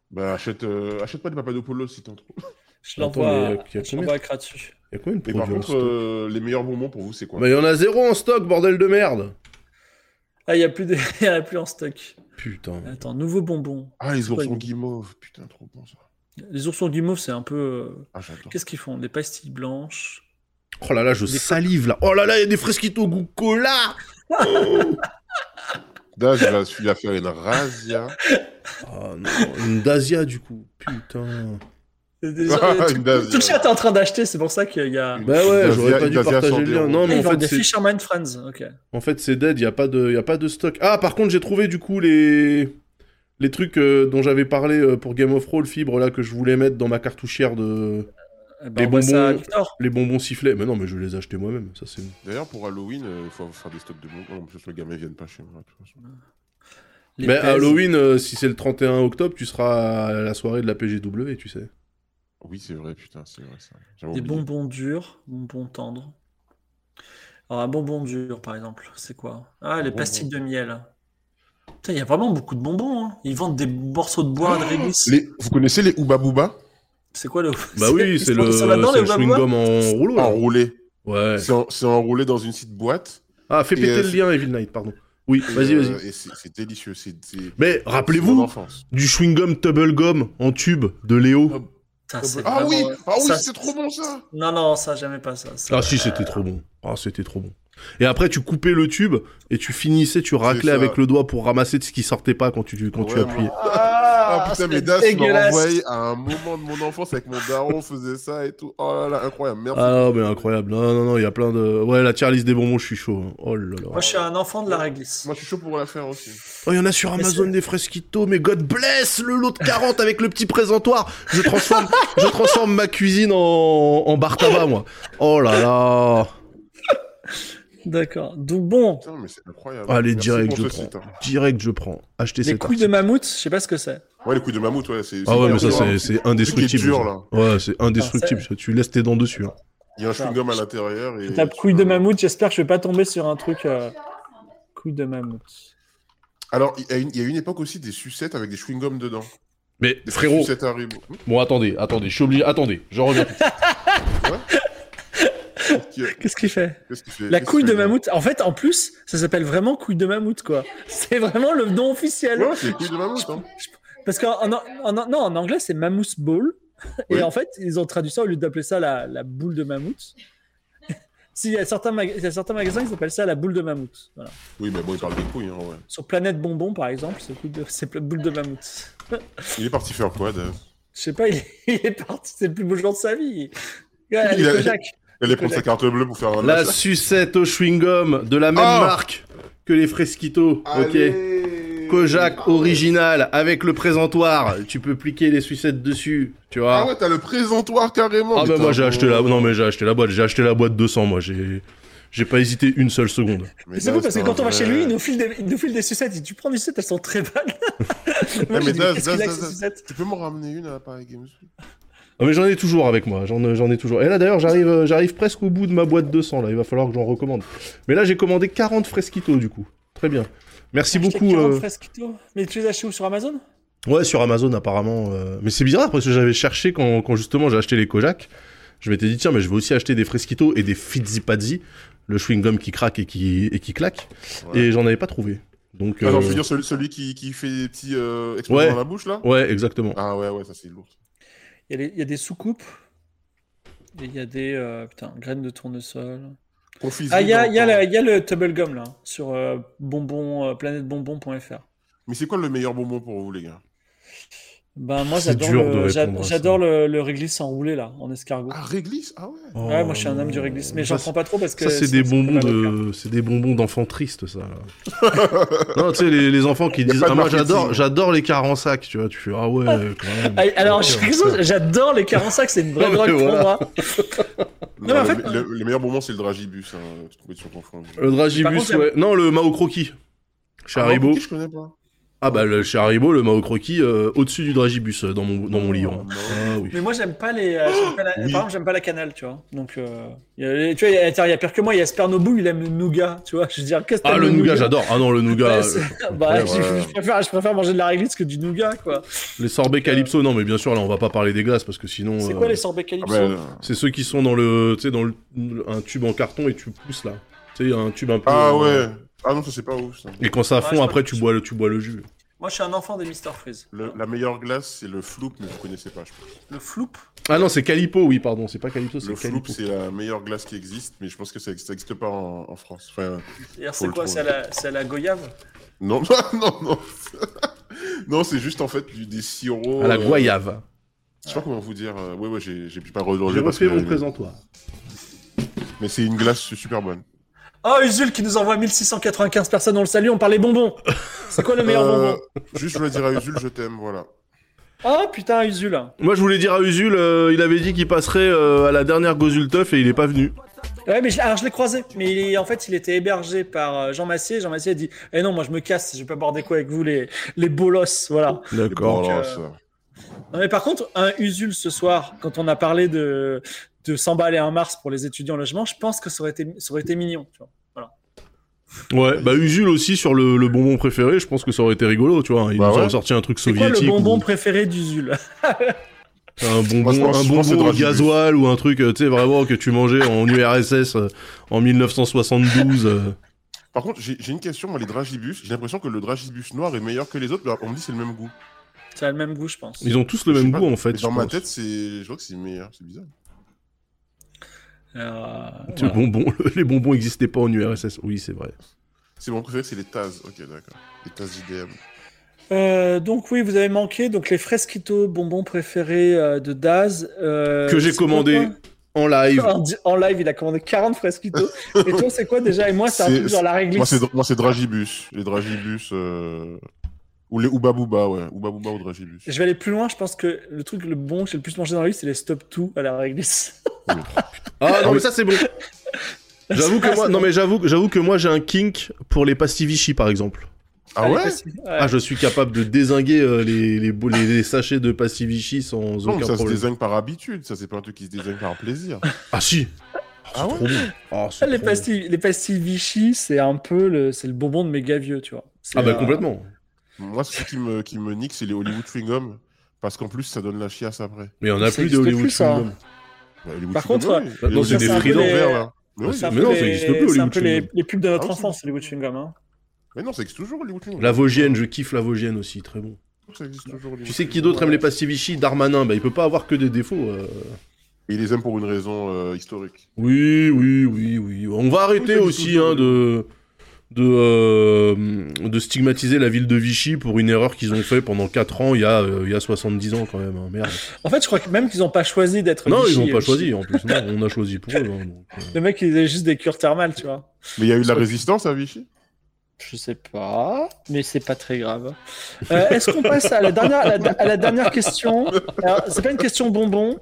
Speaker 3: Bah, achète, euh, achète pas des Papadopoulos si t'en trouves.
Speaker 1: je
Speaker 2: Attends, mais, euh,
Speaker 1: l'envoie
Speaker 2: il y a
Speaker 1: je
Speaker 2: combien
Speaker 1: l'envoie à Kratu.
Speaker 2: Il y a combien de
Speaker 3: Mais par
Speaker 2: produits en
Speaker 3: contre,
Speaker 2: stock
Speaker 3: euh, les meilleurs bonbons pour vous, c'est quoi
Speaker 2: Bah il y en a zéro en stock, bordel de merde.
Speaker 1: Ah, il n'y a, plus de... il y en a plus en stock.
Speaker 2: Putain.
Speaker 1: Attends, nouveau bonbon.
Speaker 3: Ah, les oursons
Speaker 1: Ouais.
Speaker 3: guimauve. Putain, trop bon ça.
Speaker 1: Les oursons guimauves, c'est un peu. euh,
Speaker 3: Ah, j'adore.
Speaker 1: Qu'est-ce qu'ils font Des pastilles blanches.
Speaker 2: Oh là là, je
Speaker 1: Des-
Speaker 2: salive là. Oh là là, il y a des fresquitos au goût cola.
Speaker 3: Daz, il va, il va faire une razzia.
Speaker 2: Ah non, une Dasia du coup. Putain.
Speaker 1: Des-
Speaker 3: Ah,
Speaker 1: euh,
Speaker 3: une
Speaker 1: tout,
Speaker 3: daze.
Speaker 1: tout le chat est en train d'acheter, c'est pour ça qu'il y a.
Speaker 2: Bah
Speaker 3: Une
Speaker 2: ouais,
Speaker 3: Dasia-
Speaker 2: j'aurais pas
Speaker 3: une
Speaker 2: dû
Speaker 3: Dasia
Speaker 2: partager le
Speaker 3: 100
Speaker 2: lien.
Speaker 3: euros.
Speaker 2: Non,
Speaker 1: Ah,
Speaker 2: mais
Speaker 1: ils
Speaker 2: en
Speaker 1: vendent des
Speaker 2: fait, c'est
Speaker 1: Fisherman Friends. Ok. Eh
Speaker 2: En fait, c'est dead, il n'y a, pas de- y a pas de stock. Ah, par contre, j'ai trouvé du coup les, les trucs euh, dont j'avais parlé euh, pour Game of Thrones, fibre là que je voulais mettre dans ma cartouchière de.
Speaker 1: Eh ben,
Speaker 2: Des
Speaker 1: on voit ça à
Speaker 2: bonbons.
Speaker 1: Victor.
Speaker 2: Les bonbons sifflets. Mais non, mais je les ai achetés moi-même, ça c'est.
Speaker 3: D'ailleurs, pour Halloween, euh, il faut faire des stocks de bonbons. En plus, le gamin viennent pas chez moi. de toute façon.
Speaker 1: Les
Speaker 2: mais
Speaker 1: pèses.
Speaker 2: Halloween, euh, si c'est le 31 octobre, tu seras à la soirée de la PGW, tu sais.
Speaker 3: Oui, c'est vrai, putain, c'est vrai ça. J'avais
Speaker 1: Des
Speaker 3: oublié.
Speaker 1: bonbons durs, bonbons tendres. Alors, un bonbon dur, par exemple, c'est quoi Ah, les
Speaker 3: bonbon.
Speaker 1: pastilles de miel. Putain, il y a vraiment beaucoup de bonbons. hein. Ils vendent des morceaux de bois, de réglisse.
Speaker 3: Les- Vous connaissez les Ouba Booba
Speaker 1: C'est quoi le.
Speaker 2: Bah oui, c'est le,
Speaker 1: Ça
Speaker 2: c'est
Speaker 1: va dans
Speaker 2: le
Speaker 1: les babouas
Speaker 2: chewing-gum en rouleau. là.
Speaker 3: Enroulés.
Speaker 2: Ouais.
Speaker 3: C'est en- c'est enroulé dans une petite boîte.
Speaker 2: Ah, fais
Speaker 3: Et,
Speaker 2: péter
Speaker 3: euh,
Speaker 2: le
Speaker 3: c'est-
Speaker 2: lien, Evil Knight, pardon. Oui,
Speaker 3: Et,
Speaker 2: vas-y,
Speaker 3: euh,
Speaker 2: vas-y.
Speaker 3: Et c'est c'est délicieux. C'est c'est-
Speaker 2: Mais
Speaker 3: c'est mon
Speaker 2: rappelez-vous
Speaker 3: enfance.
Speaker 2: du chewing-gum Tubblegum en tube de Léo.
Speaker 1: Ça, c'est
Speaker 3: Ah
Speaker 1: vraiment-
Speaker 3: oui, ah oui,
Speaker 1: ça,
Speaker 3: c'est trop bon ça.
Speaker 1: Non, non, ça, jamais pas ça. Ça-
Speaker 2: Ah si, c'était trop bon. Ah, c'était trop bon. Et après, tu coupais le tube et tu finissais, tu raclais
Speaker 3: ça.
Speaker 2: avec le doigt pour ramasser de ce qui sortait pas quand tu, quand tu
Speaker 3: Ouais,
Speaker 2: appuyais.
Speaker 3: Ah, putain,
Speaker 1: c'était
Speaker 3: mes das m'ont
Speaker 1: dégueulasse.
Speaker 3: renvoyé à un moment de mon enfance avec mon daron, faisait ça et tout. Oh là là, incroyable, merci.
Speaker 2: Ah non, mais incroyable. Non, non, non, il y a plein de... Ouais, la tier list des bonbons, je suis chaud. hein. Oh là là.
Speaker 1: Moi, je suis un enfant de la réglisse.
Speaker 3: Moi, je suis chaud pour la faire aussi.
Speaker 2: Oh, il y en a sur Amazon des fresquitos, mais God bless le lot de 40 avec le petit présentoir. Je transforme, je transforme ma cuisine en, en bar tabac, moi. Oh là là.
Speaker 1: D'accord. Donc, bon,
Speaker 3: Putain, mais c'est incroyable.
Speaker 2: Allez,
Speaker 3: Merci
Speaker 2: direct,
Speaker 3: pour
Speaker 2: je
Speaker 3: ce
Speaker 2: prends.
Speaker 3: site, hein.
Speaker 2: Direct, je prends. Achetez
Speaker 1: les
Speaker 2: cette
Speaker 1: couilles de mammouth, je sais pas ce que c'est.
Speaker 3: Ouais, les couilles de mammouth, ouais, c'est.
Speaker 2: Ah ouais, mais ça,
Speaker 3: dur,
Speaker 2: c'est
Speaker 3: hein.
Speaker 2: c'est
Speaker 3: Le truc est
Speaker 2: indestructible.
Speaker 3: dur là.
Speaker 2: Ouais, c'est
Speaker 1: Ah,
Speaker 2: indestructible. Tu laisses tes dents dessus. hein.
Speaker 3: Il y a un chewing-gum à l'intérieur. et
Speaker 1: Je tape
Speaker 3: tu
Speaker 1: couille de
Speaker 3: peux-
Speaker 1: mammouth, j'espère que je vais pas tomber sur un truc. euh, Couille de mammouth.
Speaker 3: Alors, il y a une- il y a une époque aussi des sucettes avec des chewing-gums dedans.
Speaker 2: Mais
Speaker 3: Des
Speaker 2: frérot,
Speaker 3: sucettes Haribo. Hum,
Speaker 2: bon attendez, attendez, je suis obligé, attendez, je reviens.
Speaker 3: qui-
Speaker 1: Qu'est-ce qu'il fait
Speaker 3: Qu'est-ce qu'il fait
Speaker 1: La
Speaker 3: Qu'est-ce
Speaker 1: couille de
Speaker 3: qu'il fait
Speaker 1: mammouth, en fait, en plus, ça s'appelle vraiment couille de mammouth, quoi. C'est vraiment le nom officiel.
Speaker 3: Ouais, c'est les couilles de mammouth. Hein.
Speaker 1: Parce qu'en en, en- en- non, en anglais, c'est Mammoth Ball. Et
Speaker 3: Oui.
Speaker 1: en fait, ils ont traduit ça, au lieu d'appeler ça la, la boule de mammouth. S'il y, a certains mag- il y a certains magasins qui appellent ça la boule de mammouth. Voilà.
Speaker 3: Oui, mais bon, il parle des couilles. Hein, ouais.
Speaker 1: Sur Planète Bonbon, par exemple, c'est couille de- c'est boule de mammouth.
Speaker 3: Il est parti faire quoi Dave
Speaker 1: Je sais pas, il est, il est parti, c'est le plus beau jour de sa vie. Regarde,
Speaker 3: Il a-
Speaker 1: Kodak.
Speaker 3: Elle est prendre sa carte bleue pour faire un
Speaker 2: La
Speaker 3: achat.
Speaker 2: sucette au chewing-gum de la même
Speaker 3: Ah
Speaker 2: marque que les Fresquito, ok
Speaker 3: Allez Ah
Speaker 2: Kojak original avec le présentoir, tu peux pliquer les sucettes dessus, tu vois.
Speaker 3: Ah ouais, t'as le présentoir carrément.
Speaker 2: Ah bah
Speaker 3: putain,
Speaker 2: moi j'ai
Speaker 3: bon.
Speaker 2: acheté la non mais j'ai acheté la boîte, j'ai acheté la boîte 200 moi, j'ai j'ai pas hésité une seule seconde.
Speaker 3: Mais
Speaker 1: Mais c'est
Speaker 3: Daz,
Speaker 1: vous parce que
Speaker 3: t'es
Speaker 1: quand
Speaker 3: un
Speaker 1: on va chez lui,
Speaker 3: vrai-
Speaker 1: il nous file des, il nous file des sucettes. Il dit Tu prends des sucettes, elles sont très bonnes. Moi,
Speaker 3: mais
Speaker 1: j'ai dit,
Speaker 3: Daz,
Speaker 1: Qu'est-ce
Speaker 3: Daz,
Speaker 1: qu'il a avec
Speaker 3: Daz,
Speaker 1: ces
Speaker 3: Daz.
Speaker 1: sucettes
Speaker 3: Tu peux m'en ramener une à Paris Games Week
Speaker 2: Ah mais j'en ai toujours avec moi, j'en j'en ai toujours. Et là d'ailleurs j'arrive euh, j'arrive presque au bout de ma boîte 200 là, il va falloir que j'en recommande. Mais là j'ai commandé 40 Fresquito du coup. Très bien. Merci
Speaker 1: Acheter
Speaker 2: beaucoup
Speaker 1: 40
Speaker 2: euh,
Speaker 1: Fresquito. Mais tu les achètes où sur Amazon
Speaker 2: Ouais, sur Amazon apparemment. euh, Mais c'est bizarre parce que j'avais cherché quand, quand justement j'ai acheté les Kojak. Je m'étais dit, tiens, mais je vais aussi acheter des Fresquito et des Fizzipazzi, le chewing-gum qui craque et qui, et qui claque.
Speaker 3: Ouais.
Speaker 2: Et j'en avais pas trouvé. Donc.
Speaker 3: Ah non,
Speaker 2: euh,
Speaker 3: je veux dire celui, celui qui, qui fait des petits euh, explosions
Speaker 2: Ouais.
Speaker 3: dans la bouche là
Speaker 2: Ouais, exactement.
Speaker 3: Ah ouais, ouais, ça c'est lourd.
Speaker 1: il y, a les- il y a des soucoupes. Et il y a des euh, putain, graines de tournesol.
Speaker 3: Confiserie.
Speaker 1: Ah, il y a,
Speaker 3: dans-
Speaker 1: il y a
Speaker 3: dans-
Speaker 1: la- il y a le Tubblegum là, sur euh, bonbon, euh, planetebonbon.fr.
Speaker 3: Mais c'est quoi le meilleur bonbon pour vous les gars
Speaker 1: Ben, moi,
Speaker 2: C'est
Speaker 1: j'adore
Speaker 2: dur de
Speaker 1: le, j'a-
Speaker 2: répondre à ça.
Speaker 1: j'adore le, le réglisse enroulé là, en escargot.
Speaker 3: Ah, réglisse Ah ouais
Speaker 1: ouais, moi, je suis un homme du réglisse. Mais j'en prends pas trop parce que.
Speaker 2: Ça, c'est
Speaker 1: sinon,
Speaker 2: des bonbons
Speaker 1: fait mal au cœur.
Speaker 2: de, c'est des bonbons d'enfants tristes, ça. là. non, tu sais, les, les enfants qui
Speaker 3: a
Speaker 2: disent,
Speaker 3: pas de
Speaker 2: ah, moi,
Speaker 3: marketing.
Speaker 2: j'adore, j'adore les carrés en sac, tu vois. Tu fais, ah ouais, quand même.
Speaker 1: Ah, Alors,
Speaker 2: Ouais,
Speaker 1: je- j'adore les 45, c'est une vraie
Speaker 2: Non, mais
Speaker 1: drogue pour
Speaker 2: voilà.
Speaker 1: moi. Non, mais en
Speaker 3: le,
Speaker 1: fait, Euh,
Speaker 3: le- le meilleur moment, c'est le dragibus. hein, Tu te mets sur ton front.
Speaker 2: Le
Speaker 1: Par
Speaker 2: dragibus,
Speaker 1: contre, il y a-
Speaker 2: ouais. Non, le Mao Croquis. Chez Haribo.
Speaker 3: Ah, je connais pas.
Speaker 2: Ah bah le chez Haribo, le Mao Croquis, euh, au-dessus du dragibus, euh, dans mon, dans mon
Speaker 3: Oh,
Speaker 2: livre.
Speaker 3: non.
Speaker 2: Ah oui.
Speaker 1: Mais moi, j'aime pas les. euh, j'aime pas la-
Speaker 3: Oui.
Speaker 1: Par exemple, j'aime pas la canale, tu vois. Donc, euh, il y a les- tu vois, il y a- attends, il y a pire que moi, il y a Spernobou, il aime le nougat, tu vois. Je veux dire, qu'est-ce que
Speaker 2: Ah
Speaker 1: t'aimes
Speaker 2: le nougat,
Speaker 1: nougat
Speaker 2: j'adore. Ah non, le nougat.
Speaker 1: Ouais, c'est-
Speaker 2: euh,
Speaker 1: Bah,
Speaker 2: ouais,
Speaker 1: je,
Speaker 3: ouais, ouais.
Speaker 1: je préfère, je préfère manger de la réglisse que du nougat, quoi.
Speaker 2: Les sorbets Calypso, non mais bien sûr, là on va pas parler des glaces parce que sinon...
Speaker 1: C'est
Speaker 2: euh,
Speaker 1: quoi les sorbets
Speaker 3: Ah,
Speaker 1: calypso
Speaker 3: bah, euh,
Speaker 2: C'est ceux qui sont dans le... Tu sais, dans le, un tube en carton et tu pousses là. Tu sais, il y a un tube un peu...
Speaker 3: ah
Speaker 2: euh,
Speaker 3: ouais. Ah non, ça c'est pas ouf. Ça.
Speaker 2: Et quand ça
Speaker 1: Ouais,
Speaker 2: fond,
Speaker 1: c'est
Speaker 2: après
Speaker 1: pas-
Speaker 2: tu bois, le, tu bois le jus.
Speaker 1: Moi, je suis un enfant des Mister Freeze.
Speaker 3: Le- la meilleure glace, c'est le floop, mais vous connaissez pas. Je pense.
Speaker 1: Le floup.
Speaker 2: Ah non, c'est Calipo, oui, pardon. C'est pas Calypso,
Speaker 3: Le
Speaker 2: c'est
Speaker 3: floop,
Speaker 2: Calipo.
Speaker 3: c'est la meilleure glace qui existe, mais je pense que ça ça existe pas en, en France. Enfin,
Speaker 1: D'ailleurs,
Speaker 3: Faut
Speaker 1: c'est
Speaker 3: le
Speaker 1: quoi
Speaker 3: trouver.
Speaker 1: C'est à la, c'est à la goyave
Speaker 3: non, non, non, non. non, c'est juste en fait du, des sirops.
Speaker 2: À la
Speaker 3: euh,
Speaker 2: Guayave.
Speaker 3: Je sais pas comment vous dire. euh, Ouais, ouais, j'ai j'ai pu pas relonger.
Speaker 2: J'ai
Speaker 3: parce
Speaker 2: refait
Speaker 3: que-
Speaker 2: mon présentoir.
Speaker 3: Mais c'est une glace super bonne.
Speaker 1: Oh, Usul qui nous envoie 1695 personnes, on le salue, on parlait bonbons. C'est quoi le meilleur
Speaker 3: Euh,
Speaker 1: bonbon
Speaker 3: juste, je voulais dire à Usul, je t'aime, voilà.
Speaker 1: Oh putain, Usul.
Speaker 2: Moi, je voulais dire à Usul, euh, il avait dit qu'il passerait euh, à la dernière Gozulteuf et il est pas venu.
Speaker 1: Ouais, mais je, alors je l'ai croisé, mais il est- en fait, il était hébergé par euh, Jean Massier. Jean Massier a dit Eh non, moi je me casse, je vais pas border quoi avec vous, les, les bolos. Voilà.
Speaker 3: Les
Speaker 1: euh,
Speaker 3: Boros, euh,
Speaker 1: Non, mais par contre, un Usul ce soir, quand on a parlé de, de s'emballer en mars pour les étudiants en logement, je pense que ça aurait été, ça aurait été mignon. Tu vois.
Speaker 2: Ouais, bah Usul aussi sur le, le bonbon préféré, je pense que ça aurait été rigolo, tu vois. Il
Speaker 3: Bah
Speaker 2: nous aurait
Speaker 3: ouais.
Speaker 2: sorti un truc
Speaker 1: C'est quoi
Speaker 2: soviétique.
Speaker 1: le bonbon
Speaker 2: ou-
Speaker 1: préféré d'Usul
Speaker 2: Un bonbon,
Speaker 3: Moi, je pense-
Speaker 2: un
Speaker 3: je pense que c'est
Speaker 2: bonbon au
Speaker 3: Dragibus.
Speaker 2: gasoil ou un truc, euh, tu sais, vraiment que tu mangeais en URSS euh, en 1972. euh.
Speaker 3: Par contre, j'ai j'ai une question, moi, les dragibus, j'ai l'impression que le dragibus noir est meilleur que les autres, mais on me dit que c'est le même goût.
Speaker 1: Ça a le même goût, je pense.
Speaker 2: Ils ont tous le
Speaker 3: Je sais
Speaker 2: même
Speaker 3: pas,
Speaker 2: goût, en fait.
Speaker 3: Mais
Speaker 2: je
Speaker 3: dans ma
Speaker 2: pense.
Speaker 3: tête, c'est, je vois que c'est meilleur, c'est bizarre.
Speaker 1: Euh,
Speaker 2: Le bonbon, les bonbons n'existaient pas en URSS. Oui, c'est vrai.
Speaker 3: C'est mon préféré, c'est les Taz. Ok, d'accord. Les Taz IDM.
Speaker 1: Euh, donc oui, vous avez manqué donc les fresquito bonbons préférés euh, de Daz euh,
Speaker 2: Que j'ai
Speaker 1: c'est quoi,
Speaker 2: commandé
Speaker 1: toi
Speaker 2: en live.
Speaker 1: en, di- en live, il a commandé 40 fresquito. Et toi, c'est quoi déjà Et moi, c'est un
Speaker 3: C'est-
Speaker 1: truc genre la
Speaker 3: Moi,
Speaker 1: réglisse.
Speaker 3: c'est moi, c'est dragibus. Les dragibus euh, ou les Ouba Booba, ouais. Ouba Booba ou dragibus.
Speaker 1: Je vais aller plus loin. Je pense que le truc le bon que j'ai le plus mangé dans la vie, c'est les stop tout à la réglisse.
Speaker 2: Ah non mais ça c'est bon. J'avoue que
Speaker 1: Ah,
Speaker 2: moi,
Speaker 1: c'est
Speaker 2: non
Speaker 1: bon.
Speaker 2: mais j'avoue, que- j'avoue que moi j'ai un kink pour les pastivichis par exemple.
Speaker 3: Ah
Speaker 1: les
Speaker 3: ouais
Speaker 1: pastis-
Speaker 2: Ah je suis capable de désinguer euh, les, les, bo- les, les sachets de pastivichis sans
Speaker 3: Non, mais
Speaker 2: aucun
Speaker 3: ça se
Speaker 2: problème.
Speaker 3: désigne par habitude. Ça, c'est pas un truc qui se désigne par plaisir.
Speaker 2: Ah si.
Speaker 3: ah ouais
Speaker 2: Trop bon. Ah, c'est
Speaker 1: les
Speaker 2: trop bon.
Speaker 1: pastilles, les pastilles Vichy, c'est un peu le, c'est le bonbon de méga vieux, tu vois. C'est,
Speaker 2: Ah bah
Speaker 1: euh,
Speaker 2: complètement.
Speaker 3: Moi, ce qui me, qui me nique, c'est les Hollywood chewing gum. Parce qu'en plus, ça donne la chiasse après.
Speaker 2: Mais on a
Speaker 1: Ça
Speaker 2: plus de
Speaker 1: existe
Speaker 2: Hollywood
Speaker 1: plus, ça.
Speaker 2: chewing-gum.
Speaker 3: Bah, Hollywood
Speaker 1: Par
Speaker 3: chewing
Speaker 1: contre,
Speaker 3: gum, oui.
Speaker 2: maintenant,
Speaker 3: Les
Speaker 2: c'est des
Speaker 3: Hollywood
Speaker 2: frites.
Speaker 3: chewing gum verts, là. Mais oui,
Speaker 1: C'est un
Speaker 2: Mais
Speaker 1: peu
Speaker 2: non, ça
Speaker 1: les-
Speaker 2: existe plus,
Speaker 1: c'est un
Speaker 2: Hollywood
Speaker 1: peu les,
Speaker 2: chewing-gum.
Speaker 1: les pubs de notre
Speaker 3: Ah oui,
Speaker 1: enfance,
Speaker 3: c'est-
Speaker 1: les chewing gum. Hein.
Speaker 3: Mais non, ça existe toujours, Hollywood chewing gum.
Speaker 2: La Vosgienne, je kiffe la Vosgienne aussi, très bon.
Speaker 3: Ça existe toujours, Hollywood
Speaker 2: Tu sais qui
Speaker 3: chewing-gum.
Speaker 2: d'autre aime les pastivichis Darmanin, bah il peut pas avoir que des défauts. euh.
Speaker 3: Et ils les aiment pour une raison euh, historique.
Speaker 2: Oui, oui, oui, oui. On va arrêter
Speaker 3: Oui,
Speaker 2: aussi
Speaker 3: c'est
Speaker 2: hein, de de, euh, de stigmatiser la ville de Vichy pour une erreur qu'ils ont fait pendant 4 ans il y a euh, il y a 70 ans quand même hein, merde.
Speaker 1: En fait, je crois que même qu'ils n'ont pas choisi d'être.
Speaker 2: Non,
Speaker 1: Vichy,
Speaker 2: ils n'ont pas
Speaker 1: Vichy.
Speaker 2: choisi en plus. Non, on a choisi pour eux. hein, donc, euh.
Speaker 1: Le mec, il avait juste des cures thermales, tu vois.
Speaker 3: Mais il y a eu de la résistance à Vichy
Speaker 1: Je sais pas, mais c'est pas très grave. Euh, Est-ce qu'on passe à la dernière, à la, à la dernière question Alors, C'est pas une question bonbon.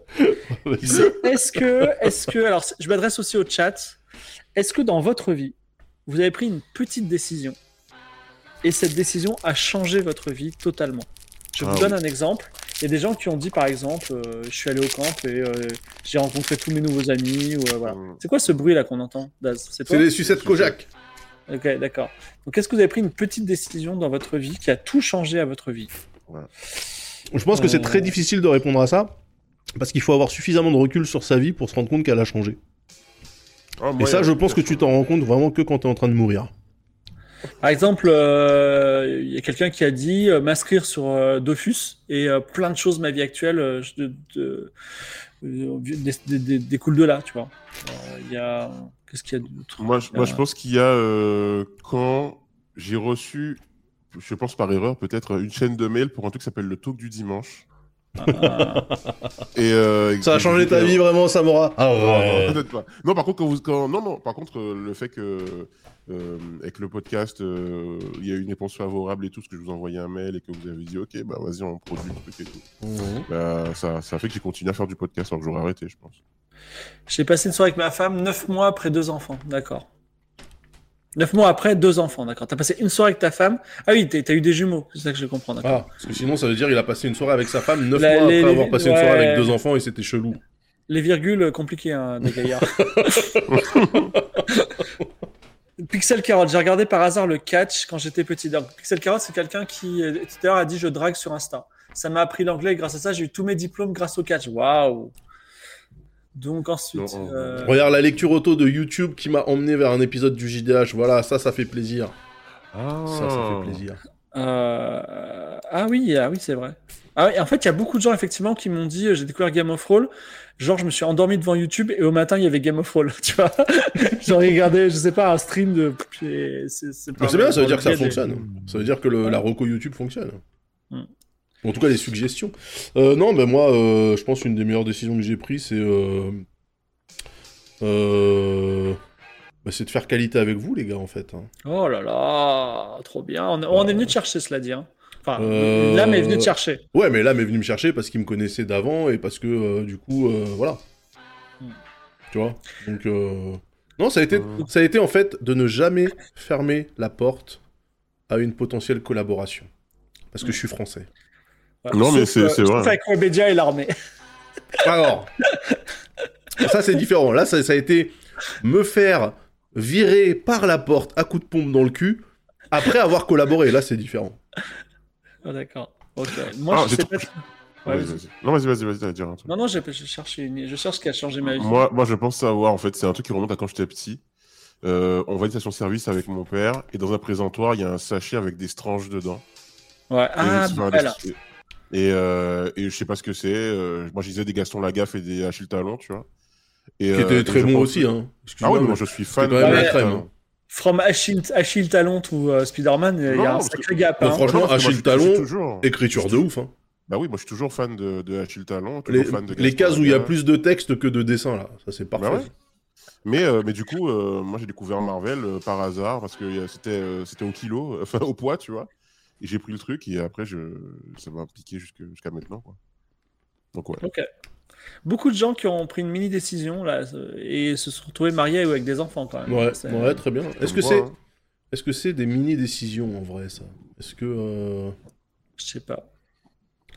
Speaker 1: c'est Est-ce que, est-ce que, alors c'est- je m'adresse aussi au chat. Est-ce que dans votre vie, vous avez pris une petite décision et cette décision a changé votre vie totalement Je vous
Speaker 3: Ah
Speaker 1: donne un exemple. Il y a des gens qui ont dit par exemple, euh, je suis allé au camp et euh, j'ai rencontré tous mes nouveaux amis ou euh, voilà.
Speaker 3: Mm.
Speaker 1: C'est quoi ce bruit là qu'on entend, Daz C'est toi
Speaker 2: C'est les sucettes Kojak.
Speaker 1: Ok, d'accord. Donc, est-ce que vous avez pris une petite décision dans votre vie qui a tout changé à votre vie
Speaker 2: Je pense que c'est
Speaker 1: Euh.
Speaker 2: très difficile de répondre à ça parce qu'il faut avoir suffisamment de recul sur sa vie pour se rendre compte qu'elle a changé.
Speaker 3: Ah,
Speaker 2: Et
Speaker 3: moi, il
Speaker 2: ça,
Speaker 3: y a-
Speaker 2: je pense que tu t'en rends compte vraiment que quand t'es en train de mourir.
Speaker 1: Par exemple, euh, il y a quelqu'un qui a dit euh, m'inscrire sur euh, Dofus et euh, plein de choses de ma vie actuelle euh, je- de, de, euh, des- des- des- découlent de là, tu vois. Euh, Il y a qu'est-ce qu'il y a d'autre
Speaker 3: Moi, je, moi, je pense qu'il y a euh, quand j'ai reçu, je pense par erreur peut-être, une chaîne de mail pour un truc qui s'appelle le talk du dimanche.
Speaker 1: Euh,
Speaker 3: Et, euh,
Speaker 2: Ça a changé ta vie vraiment, Samora Ah
Speaker 3: Non, non,
Speaker 2: ouais.
Speaker 3: peut-être pas. Non, par contre, quand vous, quand... non, non, par contre, euh, le fait que euh, avec le podcast, euh, il y a eu une réponse favorable et tout, parce que je vous envoyais un mail et que vous avez dit, ok, bah vas-y, on produit le truc et tout. Bah, ça, ça a fait que j'ai continué à faire du podcast alors que hein, j'aurais arrêté, je pense.
Speaker 1: J'ai passé une soirée avec ma femme, 9 mois après deux enfants, d'accord. 9 mois après deux enfants, d'accord. T'as passé une soirée avec ta femme. Ah oui, t'as t'as eu des jumeaux, c'est ça que je comprends, d'accord.
Speaker 2: Ah, parce que sinon, ça veut dire qu'il a passé une soirée avec sa femme 9
Speaker 1: La-
Speaker 2: mois
Speaker 1: les-
Speaker 2: après
Speaker 1: les-
Speaker 2: avoir passé une
Speaker 1: ouais.
Speaker 2: soirée avec deux enfants et c'était chelou.
Speaker 1: Les virgules euh, compliquées, hein, des gaillards. Pixel Carrot, j'ai regardé par hasard le catch quand j'étais petit. Donc, Pixel Carrot, c'est quelqu'un qui, euh, tout à l'heure, a dit je drague sur Insta. Ça m'a appris l'anglais et grâce à ça, j'ai eu tous mes diplômes grâce au catch. Waouh! Donc ensuite.
Speaker 3: Non,
Speaker 1: euh,
Speaker 2: Regarde la lecture auto de YouTube qui m'a emmené vers un épisode du JDH. Voilà, ça, ça fait plaisir.
Speaker 3: Ah,
Speaker 2: Ça, ça
Speaker 1: Oh.
Speaker 2: fait plaisir.
Speaker 1: Euh, Ah oui, ah oui, c'est vrai. Ah oui, en fait, il y a beaucoup de gens effectivement qui m'ont dit euh, j'ai découvert Game of Roll, genre je me suis endormi devant YouTube et au matin il y avait Game of Roll, tu vois. J'ai regardé, je sais pas, un stream de. et C'est c'est pas
Speaker 2: Mais c'est bien, ça
Speaker 1: mal.
Speaker 2: veut dire que ça
Speaker 1: Il y a des-
Speaker 2: fonctionne. Ça veut dire que le- la reco YouTube fonctionne.
Speaker 1: Hmm.
Speaker 2: En tout cas, les suggestions. Euh, non, ben moi, euh, je pense qu'une des meilleures décisions que j'ai prises, c'est. euh, euh, bah, c'est de faire qualité avec vous, les gars, en fait. hein.
Speaker 1: Oh là là, trop bien. On, on est venu te chercher, cela dit. hein. Enfin,
Speaker 2: Euh,
Speaker 1: l'âme est venue te chercher.
Speaker 2: Ouais, mais là, m'est venu me chercher parce qu'il me connaissait d'avant et parce que, euh, du coup, euh, voilà.
Speaker 1: Hmm.
Speaker 2: Tu vois Donc. euh, Non, ça a, été,
Speaker 3: Hmm.
Speaker 2: ça a été en fait de ne jamais fermer la porte à une potentielle collaboration. Parce que
Speaker 1: Hmm.
Speaker 2: je suis français.
Speaker 1: Voilà.
Speaker 3: Non, mais
Speaker 1: Sauf,
Speaker 3: c'est-
Speaker 1: euh,
Speaker 3: c'est vrai.
Speaker 1: sauf avec Webedia et l'armée.
Speaker 2: Alors, ça c'est différent. Là, ça, ça a été me faire virer par la porte à coups de pompe dans le cul après avoir collaboré. Là, c'est différent.
Speaker 1: Ah, D'accord. Ok. Moi,
Speaker 3: Ah,
Speaker 1: je
Speaker 3: j'ai
Speaker 1: sais
Speaker 3: trouvé-
Speaker 1: pas. Ouais,
Speaker 3: Vas-y,
Speaker 1: vas-y.
Speaker 3: vas-y. Non, vas-y, vas-y, vas-y, t'allais dire un truc.
Speaker 1: non, non, j'ai- je cherchais une... je cherche ce qui a changé ma vie.
Speaker 3: Moi, moi, je pense savoir, en fait, c'est un truc qui remonte à quand j'étais petit. Euh, on va à une station-service avec mon père, et dans un présentoir, il y a un sachet avec des stranges dedans.
Speaker 1: Ouais.
Speaker 3: Et
Speaker 1: Ah,
Speaker 3: c'est- enfin, des-
Speaker 1: voilà.
Speaker 3: Et, euh, et je sais pas ce que c'est. euh, moi, je disais des Gaston Lagaffe et des Achille Talon, tu vois. Et,
Speaker 2: Qui
Speaker 3: euh,
Speaker 2: était
Speaker 3: et
Speaker 2: très
Speaker 3: je
Speaker 2: bon
Speaker 3: pense-
Speaker 2: aussi. Hein.
Speaker 3: Ah
Speaker 2: Excuse-moi,
Speaker 3: oui,
Speaker 2: mais-
Speaker 3: moi, je suis fan
Speaker 2: quand même
Speaker 1: la
Speaker 3: d'Achille
Speaker 2: crème. hein.
Speaker 3: Talon.
Speaker 1: From Achille, Achille Talent ou euh, Spider-Man, il y
Speaker 3: Non,
Speaker 1: a un
Speaker 3: parce
Speaker 1: sacré gap.
Speaker 2: Non,
Speaker 1: hein.
Speaker 2: franchement,
Speaker 3: Ah non, parce que
Speaker 2: Achille
Speaker 3: moi, je- je
Speaker 2: Talon
Speaker 3: suis toujours-
Speaker 2: Écriture de ouf. hein.
Speaker 3: Bah oui, moi, je suis toujours fan de, de Achille Talon. toujours
Speaker 2: Les,
Speaker 3: fan de
Speaker 2: les
Speaker 3: Gaston
Speaker 2: cases où il y a
Speaker 3: Lagaffe.
Speaker 2: plus de texte que de dessin, là. Ça, c'est parfait.
Speaker 3: Bah ouais. Mais, euh, mais du coup, euh, moi j'ai découvert Marvel euh, par hasard parce que euh, c'était euh, c'était au kilo, enfin au poids, tu vois. Et j'ai pris le truc et après je... ça m'a piqué jusque- jusqu'à maintenant. Quoi. Donc ouais.
Speaker 1: Ok. Beaucoup de gens qui ont pris une mini décision là euh, et se sont retrouvés mariés ou avec des enfants quand même.
Speaker 2: Ouais,
Speaker 1: C'est- euh,
Speaker 2: ouais, très bien. Est-ce
Speaker 3: Comme
Speaker 2: que
Speaker 3: moi,
Speaker 2: c'est
Speaker 3: hein.
Speaker 2: est-ce que c'est des mini décisions en vrai ça Est-ce que euh,
Speaker 1: Je sais pas.